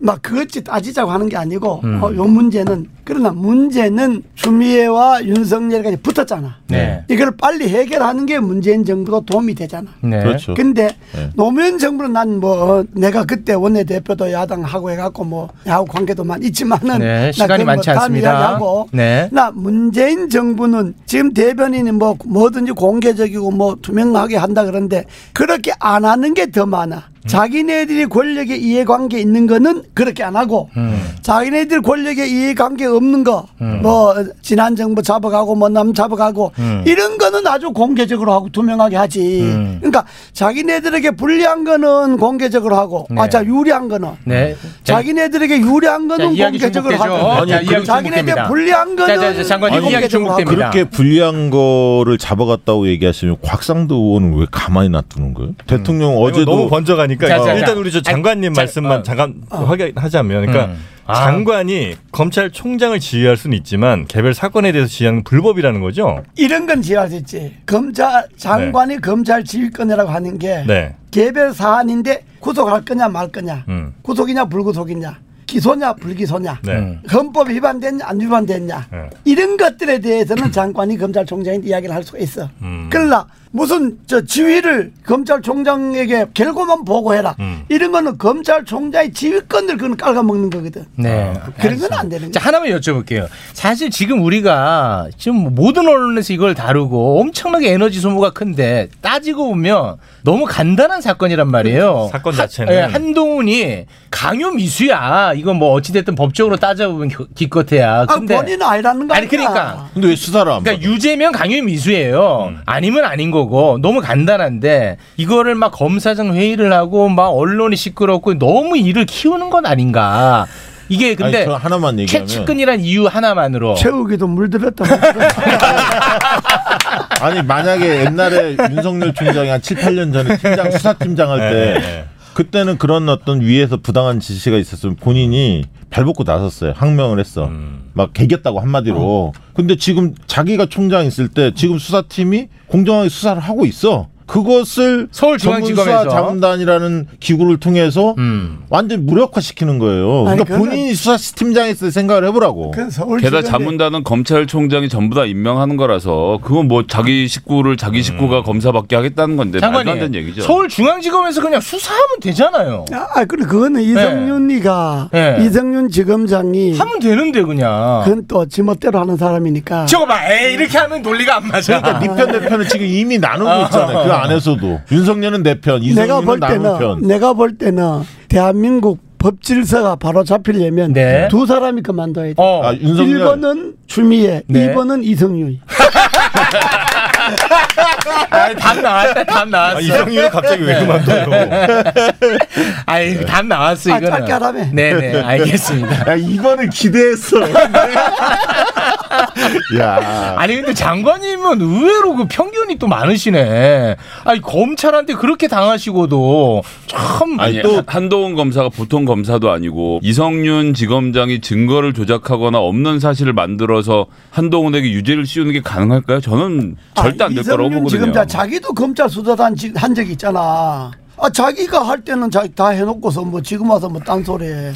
막 그것이 따지자고 하는 게 아니고 음. 어, 요 문제는 그러나 문제는 추미애와 윤석열이 붙었잖아. 네. 이걸 빨리 해결하는 게 문재인 정부도 도움이 되잖아. 음. 네. 그렇죠. 근데 네. 노무현 정부는 난 뭐 내가 그때 원내대표도 야당하고 해갖고 뭐 야후 관계도 많이 있지만은 네, 나 시간이 그건 뭐 많지 다음 않습니다. 이야기하고 네. 나 문재인 정부는 지금 대변인이 뭐 뭐든지 공개적이고 뭐 투명하게 한다 그러는데 그렇게 안 하는 게 더 많아. 자기네들이 권력에 이해관계 있는 거는 그렇게 안 하고 자기네들 권력에 이해관계 없는 거 음. 뭐 지난 정부 잡아가고 뭐 남 잡아가고 음. 이런 거는 아주 공개적으로 하고 투명하게 하지 음. 그러니까 자기네들에게 불리한 거는 공개적으로 하고 네. 아자 유리한 거는 네. 자기네들에게 유리한 자, 거는 이야기 공개적으로 중복되죠. 하고 아니, 자, 이야기 자기네들 중복됩니다. 불리한 자, 자, 거는 자, 장관님, 이야기 공개적으로 하고. 그렇게 불리한 거를 잡아갔다고 얘기하시면 곽상도 의원은 왜 가만히 놔두는 거예요? 대통령 어제도 너무 번져가니까 어. 일단 우리 저 장관님 말씀만 잠깐 어. 확인하자면 그러니까 음. 어. 아. 장관이 검찰총장을 지휘할 수는 있지만 개별 사건에 대해서 지휘하는 건 불법이라는 거죠. 이런 건 지어야 됐지. 검찰 장관이 검찰 지휘권이라고 하는 게 네. 개별 사안인데 구속할 거냐 말 거냐, 음. 구속이냐 불구속이냐, 기소냐 불기소냐, 네. 음. 헌법 위반됐냐 안 위반됐냐 네. 이런 것들에 대해서는 <clears throat> 장관이 검찰총장이 이야기를 할 수가 있어. 음. 그러나 무슨 저 지휘를 검찰총장에게 결과만 보고해라 음. 이런 거는 검찰총장의 지휘권을 그건 깔아먹는 거거든. 네. 그런 건 안 되는 거야. 자, 하나만 여쭤볼게요. 사실 지금 우리가 지금 모든 언론에서 이걸 다루고 엄청나게 에너지 소모가 큰데 따지고 보면 너무 간단한 사건이란 말이에요. 그렇죠. 사건 하- 자체는. 예, 한동훈이 강요 미수야. 이건 뭐 어찌됐든 법적으로 따져보면 기- 기껏해야. 아, 근데 본인은 아니라는 거 아니, 아니야. 그러니까. 근데 왜 수사를 안 그러니까 유죄면 강요 미수예요. 음. 아니면 아닌 거고 너무 간단한데 이거를 막 검사장 회의를 하고 막 언론이 시끄럽고 너무 일을 키우는 건 아닌가. 이게 근데 아니, 저 하나만 얘기하면 최측근이란 이유 하나만으로 채우기도 물들었다. 아니 만약에 옛날에 윤석열 총장이 한 7, 8년 전에 팀장 수사팀장 할 때 네. 그때는 그런 어떤 위에서 부당한 지시가 있었으면 본인이 발벗고 나섰어요. 항명을 했어. 음. 막 개겼다고 어. 한마디로. 근데 지금 자기가 총장 있을 때 지금 수사팀이 공정하게 수사를 하고 있어. 그것을 서울중앙지검에서. 음. 전문수사자문단이라는 기구를 통해서 완전 히 무력화시키는 거예요. 아니, 그러니까 그건- 본인이 수사팀장했을 때 생각을 해보라고. 게다가 자문단은 검찰총장이 전부 다 임명하는 거라서 그건 뭐 자기 식구를 자기 식구가 검사밖에 하겠다는 건데 말도 안 되는 장관님 얘기죠. 서울중앙지검에서 그냥 수사하면 되잖아요. 아, 근데 그거는 이성윤이가 예. 네. 이성윤 지검장이 하면 되는데 그냥. 그건 또 지멋대로 하는 사람이니까. 저거 봐, 에이, 이렇게 하면 논리가 안 맞아. 그러니까 니편 내 편을 지금 이미 나누고 아. 있잖아요. 그 안에서도 윤석열은 내 편, 내가 볼 이성윤은 나누는 때는 편. 내가 볼 때는 대한민국 법 질서가 바로 잡히려면 네. 두 사람이 그만둬야 돼. 어. 아, 윤석열. 1번은 추미애, 네. 2번은 이성윤. 아이, 답 나왔다, 답 나왔어. 아, 이성윤은 갑자기 왜 그만둬요? 아이, 답 나왔어, 아, 이거는. 짧게 하라며. 네네, 알겠습니다. 야, 이번을 기대했어. <laughs> 야. 아니, 근데 장관님은 의외로 그 편견이 또 많으시네. 아니, 검찰한테 그렇게 당하시고도 참. 네. 아니 또 한동훈 검사가 보통 검사도 아니고 이성윤 지검장이 증거를 조작하거나 없는 사실을 만들어서 한동훈에게 유죄를 씌우는 게 가능할까요? 저는 절대 안 될 거라고 아, 이성윤 보거든요. 지금 자 자기도 검찰 수사단 지- 한 적이 있잖아. 아 자기가 할 때는 자기 다 해놓고서 뭐 지금 와서 뭐 딴소리해.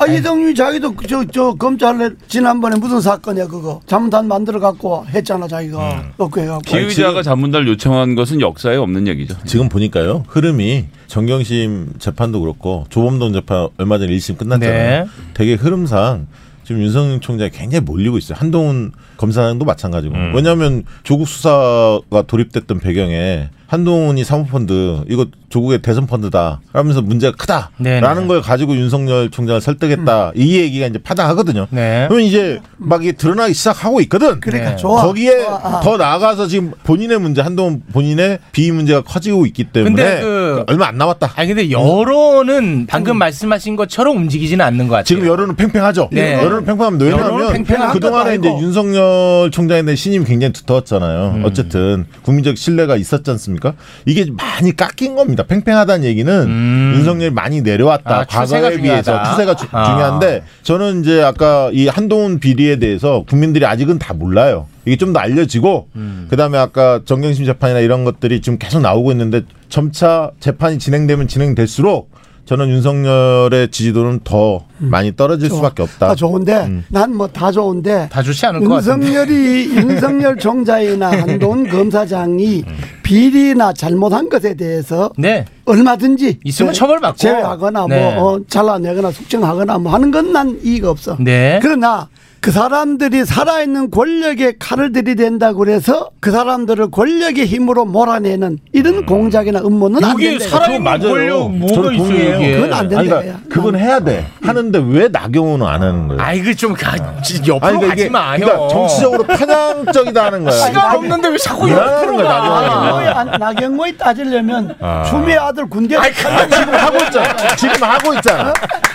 아 이성윤 자기도 저 저 검찰에 지난번에 무슨 사건이야 그거 잠단 만들어 갖고 했잖아 자기가 음. 그거 해갖고 아, 아, 피의자가 자문달 요청한 것은 역사에 없는 얘기죠. 지금 보니까요. 흐름이 정경심 재판도 그렇고 조범동 재판 얼마 전에 1심 끝났잖아요. 네. 되게 흐름상 지금 윤석열 총장이 굉장히 몰리고 있어요. 한동훈 검사장도 마찬가지고. 음. 왜냐하면 조국 수사가 도입됐던 배경에 한동훈이 사모펀드 이거 조국의 대선 펀드다 하면서 문제가 네네. 음. 크다라는 걸 가지고 윤석열 총장을 설득했다 이 얘기가 이제 파다하거든요. 네. 그러면 이제 막 이게 드러나기 시작하고 있거든. 그러니까 네. 좋아. 거기에 좋아. 아. 더 나아가서 지금 본인의 문제 한동훈 본인의 비위 문제가 커지고 있기 때문에 근데 그- 얼마 안 남았다. 아니, 근데 여론은 방금 말씀하신 것처럼 움직이지는 않는 것 같아요. 지금 여론은 팽팽하죠. 네. 여론은 팽팽합니다. 여론은 왜냐하면 팽팽한 그 동안에 것도 이제 아니고. 음. 윤석열 총장에 대한 신임이 굉장히 두터웠잖아요. 어쨌든 국민적 신뢰가 있었지 않습니까? 이게 많이 깎인 겁니다. 팽팽하다는 얘기는 윤석열이 많이 내려왔다. 음. 아, 추세가 과거에 비해서 중요하다. 추세가 주- 아. 중요한데 네, 저는 이제 아까 이 한동훈 비리에 대해서 국민들이 아직은 다 몰라요. 이게 좀 더 알려지고 그다음에 아까 정경심 재판이나 이런 것들이 지금 계속 나오고 있는데 점차 재판이 진행되면 진행될수록 저는 윤석열의 지지도는 더 많이 떨어질 수밖에 없다. 아 좋은데 음. 난 뭐 다 좋은데 <laughs> 다 좋지 않을 것 같은데. 음. 윤석열이 윤석열 총장이나 한동훈 검사장이 비리나 잘못한 것에 대해서 네. 얼마든지 있으면 제- 처벌받고. 제외하거나 네. 뭐 어, 잘라내거나 숙청하거나 뭐 하는 건 난 이의가 없어. 네. 그러나 그 사람들이 살아있는 권력의 칼을 들이댄다고 그래서 그 사람들을 권력의 힘으로 몰아내는 음. 이런 공작이나 음모는 안 이게 된다. 사람이 뭐 맞아요. 저는 동의해요. 그건 안 된다. 아니, 그러니까 그건 해야 돼. 하는데 왜 나경원은 안 하는 거예요? 아이 그좀 가, 옆으로 아니, 그러니까 가지 이게- 마, 그러니까 형. <laughs> 정치적으로 편향적이다 하는 거야. 시간 없는데 왜 자꾸 미안하는 옆으로 거야, 나경원이. 나경원이 안- 나경원이 따지려면 아. 추미애 아들 군대 아니, 그 근데 지금 하고 있잖아. 지금 하고 있잖아.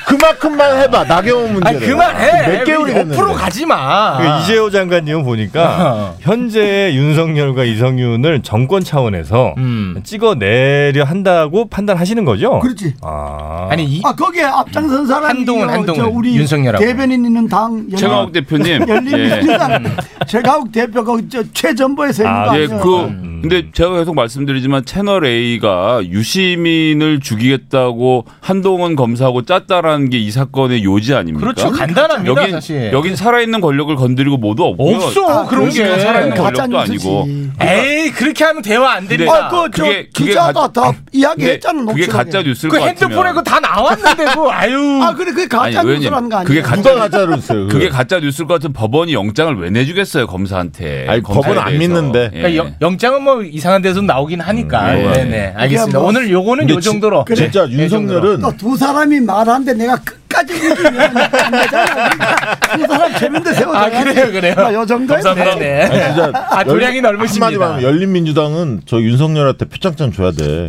그만큼만 해봐. 나경원 문제. 아니, 그만해. 몇 개월이 왜 됐는데. 옆으로 가지 마. 그 이재호 장관님은 <laughs> 보니까 현재 윤석열과 이성윤을 정권 차원에서 음. 찍어내려 한다고 판단하시는 거죠? 그렇지. 아. 아니 이 아 거기에 앞장선 사람이 한동훈, 저 한동훈, 우리 윤석열하고. 대변인 있는 당 <laughs> 열- 최강욱 대표님. 예. 열린민주당 음. 최강욱 대표가 그 저 최전보의 세인거 아, 예, 니에요 그 근데 제가 계속 말씀드리지만 채널 A가 유시민을 죽이겠다고 한동훈 검사하고 짰다라는 게 이 사건의 요지 아닙니까? 그러니까? 그렇죠. 간단합니다, 여긴, 사실. 여긴 살아있는 권력을 건드리고 모두 없고요. 없어, 아, 그런 게. 지금 살아있는 가짜 권력도 아니고. 에이 그렇게 하면 대화 안 근데 아, 아, 됩니다. 그게- 그게 가- 근데 그게 가짜 뉴스일 그 것 같으면. 핸드폰에 그거 다 나왔는데 <laughs> 그 아유. 아 그래 그게 아니, 왜냐면 그게 가짜 뉴스. 그게 가짜 뉴스일 것 같은 법원이 영장을 왜 내주겠어요 검사한테? 예. 아니, 법원 안 믿는데. 그러니까 영- 영장은 뭐 이상한 데서 나오긴 하니까. 음, 네. 네네. 알겠습니다. 뭐- 오늘 요거는 근데 요 지- 정도로. 그래. 진짜 네, 요 정도로. 그러니까 두 사람이 말하는데 내가 끝까지 얘기하면 안 되잖아. 그러니까 두 사람 재밌는데 세워줘. 아, 그래요, 그래요. 요 정도에 네, 아니, 진짜 아, 도량이 열린- 넓으십니다. 한마디만 하면 열린민주당은 저 윤석열한테 표창장 줘야 돼.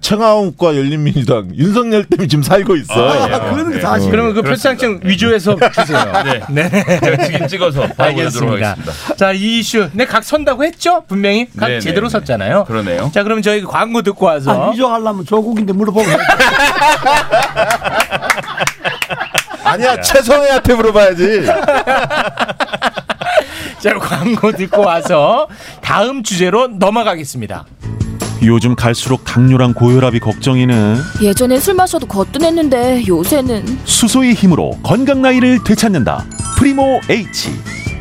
청아웅과 열린민주당 윤석열 때문에 지금 살고 있어. 아, 예. 네. <laughs> 그러면 그 표창장 위조해서 주세요. 네. 제가 <laughs> 지금 찍어서 바로 보내도록 알겠습니다. 하겠습니다. 자, 이 이슈. 네, 각 선다고 했죠? 분명히. 각 네네. 제대로 섰잖아요. 그러네요. 자, 그럼 저희 광고 듣고 아, 와서. 위조하려면 조국인데 물어보고. 아니야 최성애한테 물어봐야지. 자, 광고 듣고 와서 다음 주제로 넘어가겠습니다. 요즘 갈수록 당뇨랑 고혈압이 걱정이네. 예전엔 술 마셔도 거뜬했는데 요새는 수소의 힘으로 건강 나이를 되찾는다. 프리모 H.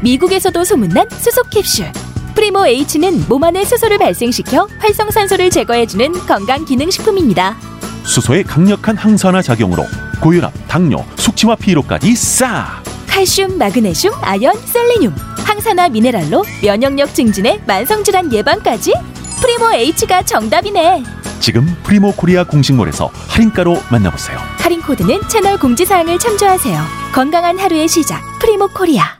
미국에서도 소문난 수소 캡슐. 프리모 H는 몸 안에 수소를 발생시켜 활성산소를 제거해주는 건강 기능 식품입니다. 수소의 강력한 항산화 작용으로 고혈압, 당뇨, 숙취와 피로까지 싹. 칼슘, 마그네슘, 아연, 셀레늄, 항산화 미네랄로 면역력 증진에 만성 질환 예방까지 프리모 H가 정답이네. 지금 프리모 코리아 공식몰에서 할인가로 만나보세요. 할인 코드는 채널 공지 사항을 참조하세요. 건강한 하루의 시작. 프리모 코리아.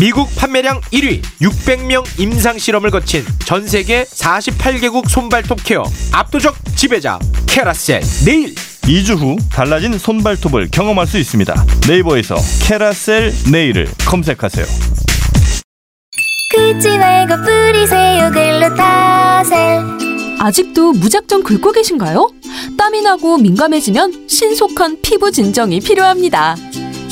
미국 판매량 1위 600명 임상 실험을 거친 전 세계 48개국 손발톱 케어 압도적 지배자 캐라셀 네일 2주 후 달라진 손발톱을 경험할 수 있습니다 네이버에서 캐라셀 네일을 검색하세요 긁지 말고 뿌리세요 글루타셀 아직도 무작정 긁고 계신가요? 땀이 나고 민감해지면 신속한 피부 진정이 필요합니다.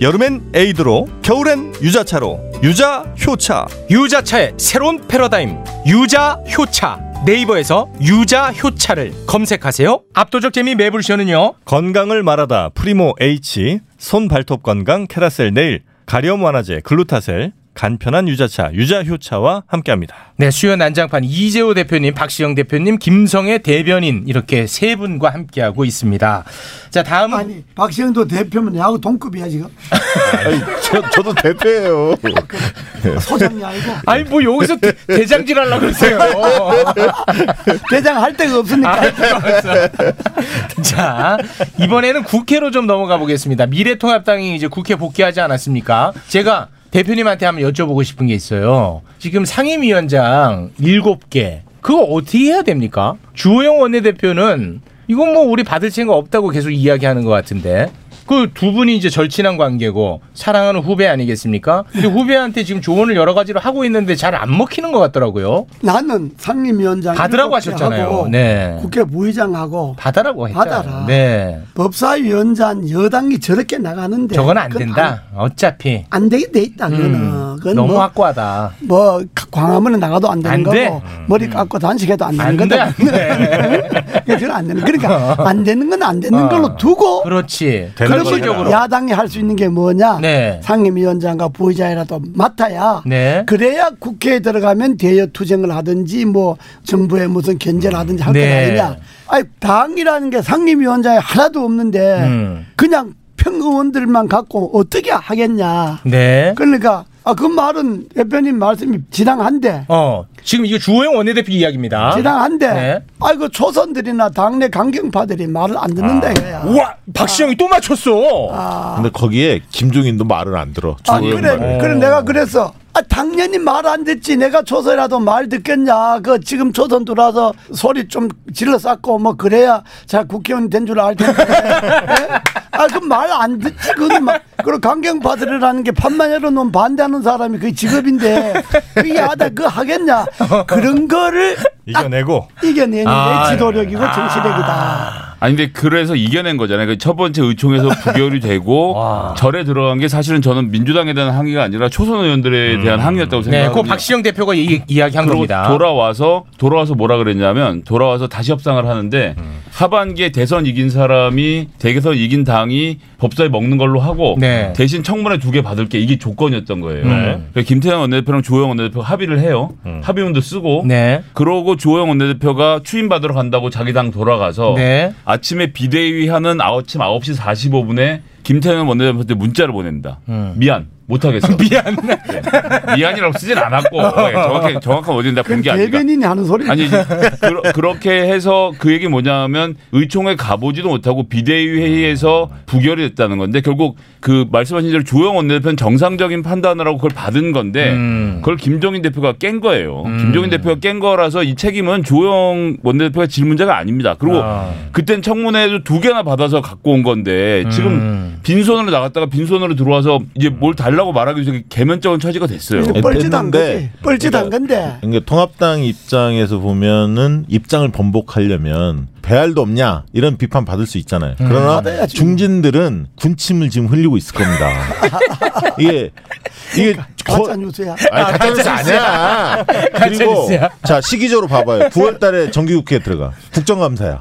여름엔 에이드로 겨울엔 유자차로 유자 효차 유자차의 새로운 패러다임 유자 효차 네이버에서 유자 효차를 검색하세요 압도적 재미 매불쇼는요 건강을 말하다 프리모 H 손 발톱 건강 캐라셀 네일 가려움 완화제 글루타셀 간편한 유자차, 유자효차와 함께합니다. 네, 수요 난장판 이재호 대표님, 박시영 대표님, 김성애 대변인 이렇게 세 분과 함께하고 있습니다. 자, 다음 아니 박시영도 대표면 야구 동급이야 지금. 저, 도 대표예요. 소장이 아니고. 아니 뭐 여기서 대- 대장질 하려고 그러세요. <laughs> 대장 할 데가 없으니까. 아. <laughs> 자, 이번에는 국회로 좀 넘어가 보겠습니다. 미래통합당이 이제 국회 복귀하지 않았습니까? 제가 대표님한테 한번 여쭤보고 싶은 게 있어요. 지금 상임위원장 7개. 그거 어떻게 해야 됩니까? 주호영 원내대표는 이건 뭐 우리 받을 채가 없다고 계속 이야기하는 것 같은데. 그 두 분이 이제 절친한 관계고 사랑하는 후배 아니겠습니까? 근데 후배한테 지금 조언을 여러 가지로 하고 있는데 잘 안 먹히는 것 같더라고요. 나는 상임위원장 받으라고 일곱 개 하셨잖아요. 하고 네. 국회 부의장하고 받아라고 했잖아요. 받아라. 네. 법사위원장 여당이 저렇게 나가는데 저건 안 네. 그건 된다. 어차피. 안, 안 되게 돼 있다. 음, 그거는 그건 너무 뭐, 확고하다. 뭐 광화문에 나가도 안 되는 안 돼. 음. 거고 머리 깎고 단식해도 안 되는 안 거다. 돼, 안 <laughs> 그건 안 <laughs> 되는. 그러니까 안 되는 건 안 되는 어. 걸로 두고 그렇지. 그리고 야당이 할 수 있는 게 뭐냐? 네. 상임위원장과 부의장이라도 맡아야 네. 그래야 국회에 들어가면 대여 투쟁을 하든지 뭐 정부에 무슨 견제를 하든지 할 거 네. 아니냐? 아니 당이라는 게 상임위원장이 하나도 없는데 음. 그냥 평의원들만 갖고 어떻게 하겠냐? 네. 그러니까 아, 그 말은 대표님 말씀이 지당한데 어. 지금 이거 주호영 원내대표 이야기입니다. 지당한데 네. 아이고 초선들이나 당내 강경파들이 말을 안 아. 듣는다 이거야. 우와, 박시영이 또 맞췄어. 근데 거기에 김종인도 말을 안 들어. 아, 주호영 그래, 말을. 그래 내가 그래서 아, 당연히 말 안 듣지. 내가 조선이라도 말 듣겠냐. 그 지금 조선 들어와서 소리 좀 질러 쌓고 뭐 그래야 잘 국회의원 된 줄 알 텐데. 예? 아, 그 말 안 듣지. 그건 막 그리고 강경파들이라는 게 판만 열어놓으면 반대하는 사람이 그게 직업인데 그게 하다 그거 하겠냐. 그런 거를 이겨내고 이겨내는 게 아, 지도력이고 정치력이다. 아니 근데 그래서 이겨낸 거잖아요. 그첫 번째 <laughs> 의총에서 부결이 되고 절에 들어간 게 사실은 저는 민주당에 대한 항의가 아니라 초선 의원들에 대한 항의였다고 네, 그 생각하거든요. 박시영 대표가 이, 이야기한 그리고 겁니다. 돌아와서 돌아와서 뭐라 그랬냐면 돌아와서 다시 협상을 하는데 하반기에 대선 이긴 사람이 대선 이긴 당이 법사위 먹는 걸로 하고 네. 대신 청문회 두 개 받을게 이게 조건이었던 거예요. 네. 그래서 김태형 원내대표랑 조영 원내대표 합의를 해요. 합의문도 쓰고 네. 그러고 조영 원내대표가 추임 받으러 간다고 자기 당 돌아가서 네. 아침에 비대위 하는 아침 9시 45분에 김태형 원내대표한테 문자를 보냅니다. 음. 미안 못하겠어. 미안. 미안이라고 쓰진 않았고 예, 정확히 정확한 어딘데 본게 아니라. 대변인이 하는 소리. 아니 그, 렇게 해서 그 얘기 뭐냐면 의총에 가보지도 못하고 비대위 회의에서 부결이 됐다는 건데 결국 그 말씀하신 대로 조영 원내대표는 정상적인 판단을 하고 그걸 받은 건데 그걸 김종인 대표가 깬 거예요. 김종인 대표가 깬 거라서 이 책임은 조영 원내대표가 질 문제가 아닙니다. 그리고 아. 그땐 청문회에도 두 개나 받아서 갖고 온 건데 지금 빈손으로 나갔다가 빈손으로 들어와서 이제 뭘 달라고 말하기 위해서 개면적인 처지가 됐어요. 뻘짓한 거지. 뻘짓한 건데. 그러니까 통합당 입장에서 보면은 입장을 번복하려면 배알도 없냐 이런 비판 받을 수 있잖아요. 그러나 중진들은 군침을 지금 흘리고 있을 <laughs> 겁니다. 이게 이게 거- 가짜 뉴스야. 그러니까 아니 가짜 뉴스 아니야. 그리고 자 시기적으로 봐봐요. 9월달에 정기국회 들어가 국정감사야.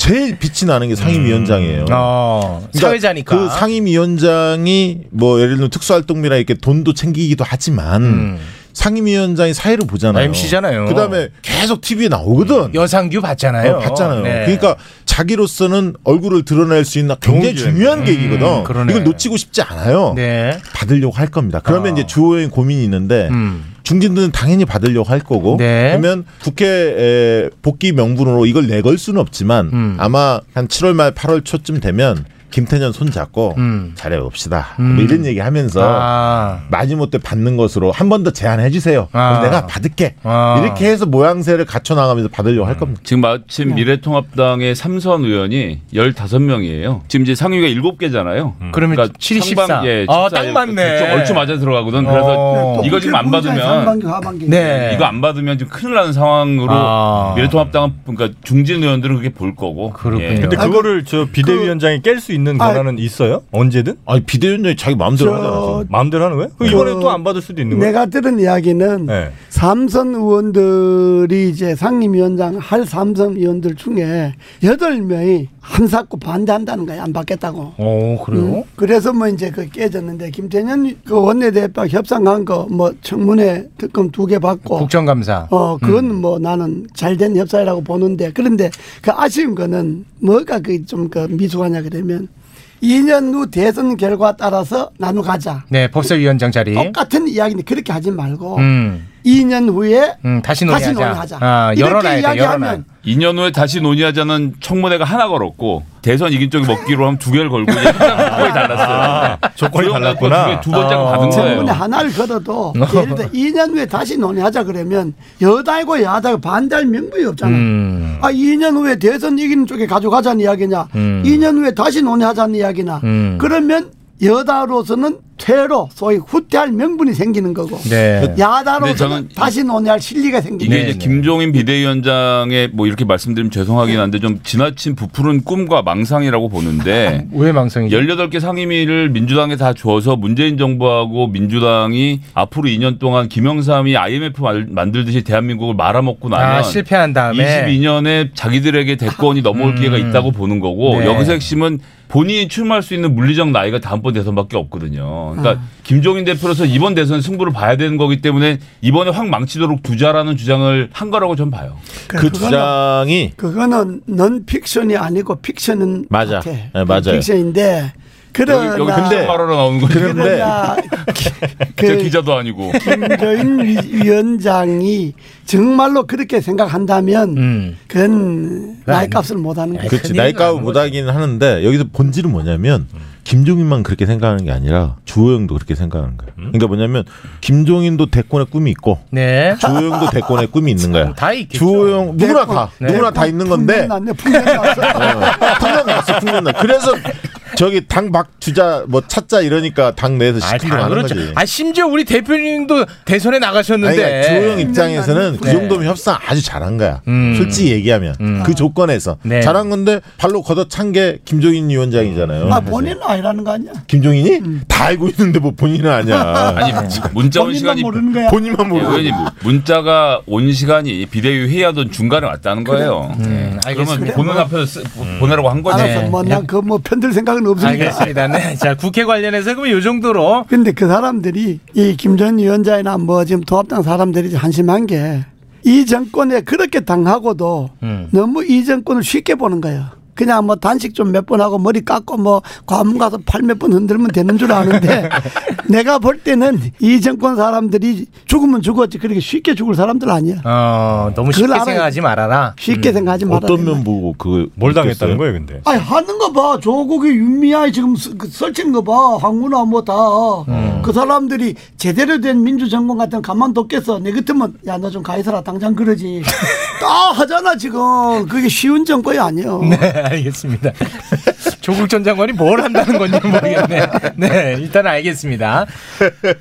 제일 빛이 나는 게 상임위원장이에요. 어, 사회자니까. 그 상임위원장이 뭐 예를 들면 특수활동비나 이렇게 돈도 챙기기도 하지만 음. 상임위원장이 사회를 보잖아요. MC잖아요. 그다음에 계속 TV에 나오거든. 여상규 봤잖아요. 어, 봤잖아요. 네. 그러니까 자기로서는 얼굴을 드러낼 수 있는 굉장히 좋은 기회. 중요한 음, 네. 계기거든. 그러네. 이걸 놓치고 싶지 않아요. 받으려고 할 겁니다. 아. 그러면 이제 주호인 고민이 있는데 음. 중진들은 당연히 받으려고 할 거고 네. 그러면 국회 에, 복귀 명분으로 이걸 내걸 수는 없지만 음. 아마 한 7월 말 8월 초쯤 되면 김태년 손 잡고 음. 잘해봅시다. 뭐 이런 얘기 하면서 아. 마지못해 받는 것으로 한 번 더 제안해 주세요. 그럼 내가 받을게. 이렇게 해서 모양새를 갖춰 나가면서 받으려고 할 겁니다. 지금 마침 미래통합당의 삼선 의원이 15명이에요. 지금 이제 상위가 7개잖아요. 그러면 음. 칠이 십사. 예, 아, 14, 딱 맞네. 얼추- 얼추 맞아 들어가거든. 그래서 어. 이거 지금 안 받으면 네, 네. 상반기 하반기. 네. 이거 안 받으면 지금 큰일 나는 상황으로 아. 미래통합당은 그러니까 중진 의원들은 그게 볼 거고. 예. 그렇군요. 근데 아, 그거를 저 비대위원장이 깰 수 있는 아이. 권한은 있어요? 언제든? 아니 비대위원장이 자기 마음대로 네. 저- 그 하잖아. 마음대로 하는 거예요? 그럼 이번에 또 안 받을 수도 있는 거예요? 네. 내가 들은 이야기는 삼선 의원들이 이제 상임위원장 할 삼선 의원들 중에 여덟 명이 한사코 반대한다는 거야 안 받겠다고. 오 어? 음, 그래서 뭐 이제 그 깨졌는데 김태년 그 원내대표 협상한 거 뭐 청문회 특검 두 개 받고 국정감사. 어, 그건 음. 뭐 나는 잘된 협상이라고 보는데 그런데 그 아쉬운 거는 뭐가 그 좀 그 미숙하냐 그러면 2년 후 대선 결과 따라서 나누 가자. 네, 법사위원장 자리. 똑같은 이야기인데 그렇게 하지 말고 음. 2년 후에 음, 다시 논의하자. 아, 이렇게 열어놔야 돼, 열어놔. 이야기하면 2년 후에 다시 논의하자는 청문회가 하나 걸었고 대선 이긴 쪽이 먹기로 하면 두 개를 걸고 이제 <laughs> 조건이 달랐어요. 조건이 달랐구나. 두 번째가 받은 거예요. 청문회 하나를 <laughs> 걸어도 예를 들어 2년 후에 다시 논의하자 그러면 여당이고 야당이 반대할 명분이 없잖아. 음. 아 2년 후에 대선 이기는 쪽에 가져가자는 이야기냐. 음. 2년 후에 다시 논의하자는 이야기냐. 음. 그러면 여당으로서는 퇴로 소위 후퇴할 명분이 생기는 거고 네. 근데 야당으로서는 저는 네. 다시 논의할 실리가 생기는 이게 네, 거죠. 이제 김종인 비대위원장의 뭐 이렇게 말씀드리면 죄송하긴 한데 좀 지나친 부풀은 꿈과 <laughs> 망상이라고 보는데 왜 망성이? 18개 상임위를 민주당에 다 줘서 문재인 정부하고 민주당이 앞으로 2년 동안 김영삼이 IMF 말- 만들듯이 대한민국을 말아먹고 나면 아, 실패한 다음에. 22년에 자기들에게 대권이 음. 넘어올 기회가 있다고 보는 거고 네. 여기서 핵심은 본인이 출마할 수 있는 물리적 나이가 다음번 대선밖에 없거든요. 그러니까 아. 김종인 대표로서 이번 대선 승부를 봐야 되는 거기 때문에 이번에 확 망치도록 두자라는 주장을 한 거라고 전 봐요. 그 그거는- 주장이 그거는 넌 픽션이 아니고 픽션은 맞아. 같아. 네, 맞아요. 픽션인데 그러나 여기, 여기 근데 말하러 나오는 거예요. <laughs> 그러나 그 제 기자도 <laughs> 아니고. 김조인 위- 위원장이 정말로 그렇게 생각한다면 음. 그건 나이값을 못하는 거예요. 네. 그렇지 나이값 못하긴 하는데 여기서 본질은 뭐냐면 김종인만 그렇게 생각하는 게 아니라 주호영도 그렇게 생각하는 거야. 그러니까 뭐냐면 김종인도 대권의 꿈이 있고 <laughs> 네. <laughs> 주호영도 대권의 꿈이 있는 거야. 다 있겠죠. 주호영 누구나 다 네. 누구나 다 있는 건데 났네, <laughs> 풍년 풍년 났어 어, 풍년 났. 그래서 저기 당 박 주자 뭐 찾자 이러니까 당 내에서 아, 시키는 다 하는 그렇죠. 거지. 아, 심지어 우리 대표님도 대선에 아니, 나가셨는데. 음. 그러니까 주호영 입장에서는 그 네. 정도면 협상 아주 잘한 거야. 음. 솔직히 얘기하면 그 조건에서 네. 잘한 건데 발로 걷어찬 게 김종인 위원장이잖아요. 아 본인은 음. 아니라는 거 아니야? 김종인이 다 알고 있는데 뭐 본인은 아니야. <laughs> 아니 문자 온 시간이 네. 모르는 거야. 본인만 모르는 예, 의원님, 문자가 온 시간이 비대위 회의하던 중간에 왔다는 거예요. 예, 그러면 음, 알겠습니다. 보는 앞에서 쓰- 보- 보내라고 네. 한 거죠. 알았어, 뭐난그 뭐 편들 생각은 없으니까. 알겠습니다. 네. 자, 국회 관련해서 그럼 요 정도로. 근데 그 사람들이 이 김전 위원장이나 뭐 지금 도합당 사람들이 이제 한심한 게 이 정권에 그렇게 당하고도 너무 이 정권을 쉽게 보는 거예요. 그냥 뭐 단식 좀 몇 번 하고 머리 깎고 뭐 과문 가서 팔 몇 번 흔들면 되는 줄 아는데 내가 볼 때는 이 정권 사람들이 죽으면 죽었지 그렇게 쉽게 죽을 사람들 아니야. 어, 너무 그걸 쉽게 알아요. 생각하지 말아라. 쉽게 생각하지 말아라. 면 보고 그뭘 당했다는 거예요, 근데? 아니 하는 거 봐. 조국이 윤미향이 지금 쓰- 그 설치는 거 봐. 황구나 뭐 다 음. 그 사람들이 제대로 된 민주정권 같은 가만뒀겠어. 내 같으면 야 너 좀 가있어라 당장 <laughs> 그러지. 다 하잖아 지금. 그게 쉬운 정권이 아니에요. <laughs> 네, 알겠습니다. <laughs> 조국 전 장관이 뭘 한다는 건지 모르겠네. 네, 일단 알겠습니다.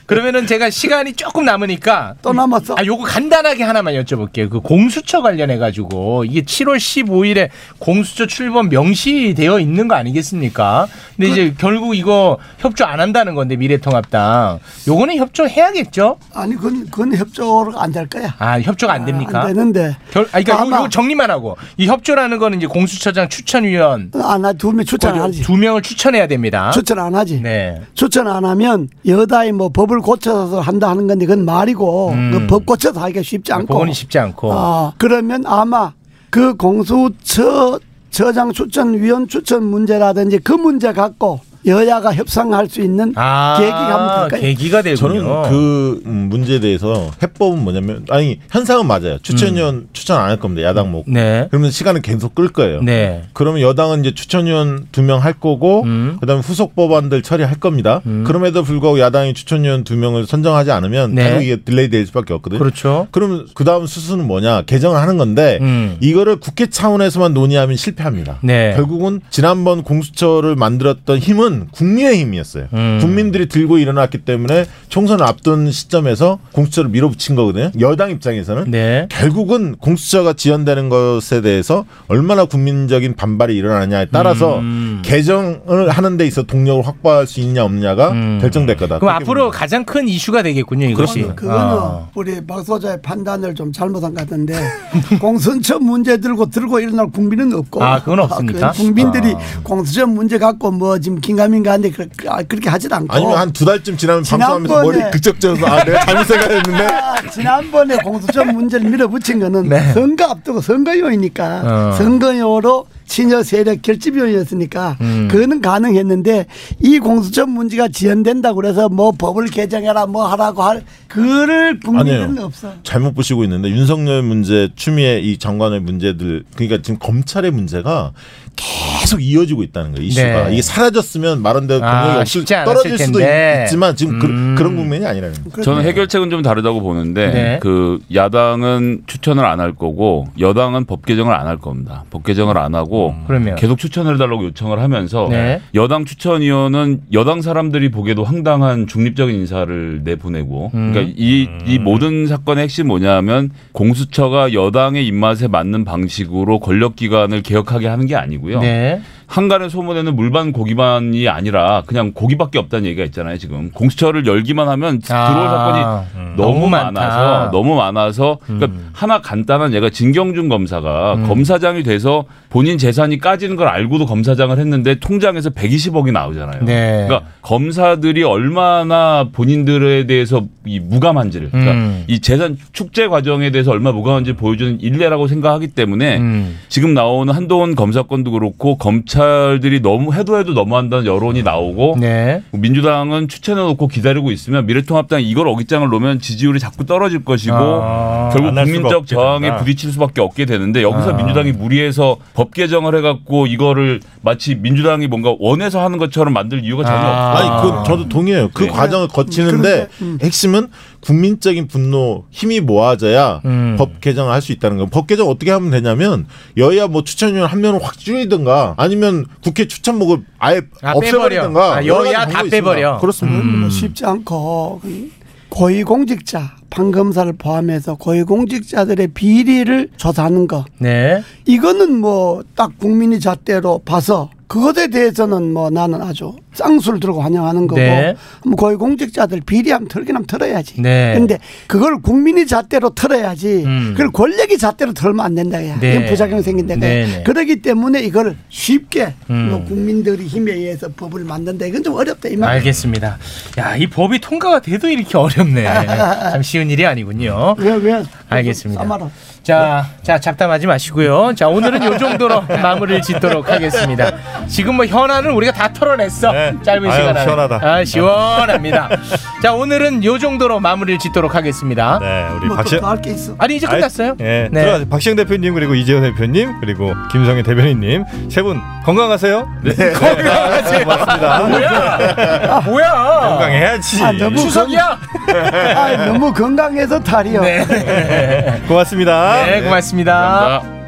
그러면은 제가 시간이 조금 남으니까 또 남았어. 아, 요거 간단하게 하나만 여쭤볼게요. 그 공수처 관련해 가지고 이게 7월 15일에 공수처 출범 명시되어 있는 거 아니겠습니까? 그 근데 이제 결국 이거 협조 안 한다는 건데 미래통합당 요거는 협조해야겠죠? 아니 그건 그건 협조가 안 될 거야. 아, 협조가 안 됩니까? 안 되는데. 결, 아, 그러니까 아마- 요, 거 정리만 하고 이 협조라는 거는 이제 공수처장 추천위원 어, 아나두명 추천 안 하지. 두 명을 추천해야 됩니다. 추천 안 하지. 네. 추천 안 하면 여당이 뭐 법을 고쳐서 한다 하는 건데 그건 말이고 음. 그법 고쳐서 하기가 쉽지 않고. 그거는 쉽지 않고. 아, 그러면 아마 그 공수처 처장 추천 위원 추천 문제라든지 그 문제 갖고 여야가 협상할 수 있는 계기가 될까요? 아, 계기가 되군요. 저는 그 음, 문제에 대해서 해법은 뭐냐면 아니 현상은 맞아요. 추천위원 추천 안 할 겁니다. 야당 뭐 목. 네. 그러면 시간은 계속 끌 거예요. 네. 그러면 여당은 이제 추천위원 두 명 할 거고 그다음에 후속 법안들 처리할 겁니다. 그럼에도 불구하고 야당이 추천위원 두 명을 선정하지 않으면 음. 네. 계속 이게 딜레이 될 수밖에 없거든요. 그렇죠. 그러면 그다음 수순은 뭐냐? 개정을 하는 건데 이거를 국회 차원에서만 논의하면 실패합니다. 음. 네. 결국은 지난번 공수처를 만들었던 힘은 힘은 국민의힘이었어요. 음. 국민들이 들고 일어났기 때문에 총선을 앞둔 시점에서 공수처를 밀어붙인 거거든요. 여당 입장에서는 네. 결국은 공수처가 지연되는 것에 대해서 얼마나 국민적인 반발이 일어나냐에 따라서 음, 개정을 하는 데 있어 동력을 확보할 수 있냐 없냐가 결정될 아, 거다. 음. 그럼 앞으로 가장 큰 이슈가 되겠군요 이것이. 그거는 아. 우리 박 소자의 판단을 좀 잘못한 것 같은데 <laughs> 공수처 문제 들고 들고 일어날 국민은 없고 아, 그건 없습니까? 그 국민들이 아. 공수처 문제 갖고 뭐 지금 긴가민가 한데 그- 아, 그렇게 하지도 않고 어. 아니면 한 두 달쯤 지나면 방송하면서 머리 지난번에- 극적져서 아 내가 잘못 생각했는데 <laughs> <laughs> 지난번에 공수처 문제를 밀어붙인 거는 선거 앞두고 선거용이니까 네. 어. 선거용으로 친여 세력 결집용이었으니까 음. 그거는 가능했는데 이 공수처 문제가 지연된다고 그래서 뭐 법을 개정해라 뭐 하라고 할 그를 국민들은 아니에요. 없어. 잘못 보시고 있는데 윤석열 문제, 추미애 이 장관의 문제들 그러니까 지금 검찰의 문제가 계속 이어지고 있다는 거예요. 이슈가 네. 이게 사라졌으면 말한대로 아, 동력이 없을 쉽지 않았을 떨어질 수도 텐데. 있, 지만 지금 음. 그, 런 국면이 아니라는 거예요. 저는 해결책은 좀 다르다고 보는데 네. 그 야당은 추천을 안 할 거고 여당은 법 개정을 안 할 겁니다. 법 개정을 안 하고 음. 그러면. 계속 추천을 달라고 요청을 하면서 네. 여당 추천위원은 여당 사람들이 보기에도 황당한 중립적인 인사를 내보내고 음. 그러니까 이, 이 모든 사건의 핵심 이 뭐냐면 공수처가 여당의 입맛에 맞는 방식으로 권력기관을 개혁하게 하는 게 그렇죠. 아니고요. 네. 한간의 소문에는 물반 고기반이 아니라 그냥 고기밖에 없다는 얘기가 있잖아요 지금 공수처를 열기만 하면 들어올 아, 사건이 음. 너무, 너무 많다. 음. 많아서 너무 많아서 그러니까 하나 간단한 얘가 진경준 검사가 검사장이 돼서 본인 재산이 까지는 걸 알고도 검사장을 했는데 통장에서 120억이 나오잖아요. 네. 그러니까 검사들이 얼마나 본인들에 대해서 이 무감한지를 그러니까 음. 이 재산 축제 과정에 대해서 얼마 무감한지 보여주는 일례라고 생각하기 네. 때문에 음. 지금 나오는 한동훈 검사건도 그렇고 검찰들이 너무 해도 해도 너무한다는 여론이 나오고 네. 민주당은 추천해놓고 기다리고 있으면 미래통합당 이걸 어깃장을 놓으면 지지율이 자꾸 떨어질 것이고 아. 결국 안할 수가 국민적 없게 저항에 된다. 부딪힐 수밖에 없게 되는데 여기서 아. 민주당이 무리해서 법 개정을 해갖고 이거를 마치 민주당이 뭔가 원해서 하는 것처럼 만들 이유가 전혀 없다. 아니 그 저도 동의해요. 그 네. 과정을 거치는데 핵심은 국민적인 분노 힘이 모아져야 음. 법 개정을 할 수 있다는 거예요. 법 개정 어떻게 하면 되냐면 여야 뭐 추천위원 한 명을 확 줄이든가 아니면 국회 추천목을 아예 아, 빼버려. 없애버리든가 아, 여러 가지 여야 다 방법이 있습니다. 빼버려. 그렇습니다. 뭐 쉽지 않고 고위공직자 판검사를 포함해서 고위공직자들의 비리를 조사하는 거 네. 이거는 뭐 딱 국민이 잣대로 봐서 그것에 대해서는 뭐 나는 아주 쌍수를 들고 환영하는 거고 네. 뭐 거의 공직자들 비리함 털기함 털어야지. 네. 그런데 그걸 국민이 잣대로 털어야지. 음. 그걸 권력이 잣대로 털면 안 된다. 야. 네. 이건 부작용이 생긴다. 네, 네. 그렇기 때문에 이걸 쉽게 음. 뭐 국민들의 힘에 의해서 법을 만든다. 이건 좀 어렵다. 이 말. 알겠습니다. 야, 이 법이 통과가 돼도 이렇게 <laughs> 어렵네. 참 쉬운 일이 아니군요. 왜, 뭐 왜? 알겠습니다. 자, 자, 잡담하지 마시고요. 자, 오늘은 <laughs> 요 정도로 마무리를 짓도록 하겠습니다. 지금 뭐 현안을 우리가 다 털어냈어. 짧은 네. 아유, 시간 안에. 시원하다. 아, 시원합니다. 자, 오늘은 요 정도로 마무리를 짓도록 하겠습니다. 네, 뭐 우리 박시- 게 있어. 아니, 이제 끝났어요? 예, 네. 들어가세요. 박시영 대표님 그리고 이재현 대표님 그리고 김성현 대변인님 세 분 건강하세요. 네. 건강하세요. 뭐야? 뭐야? 건강해야지. 아, 너무 건- 아, 너무 건강해서 탈이요. 고맙습니다. 네, 고맙습니다. 감사합니다.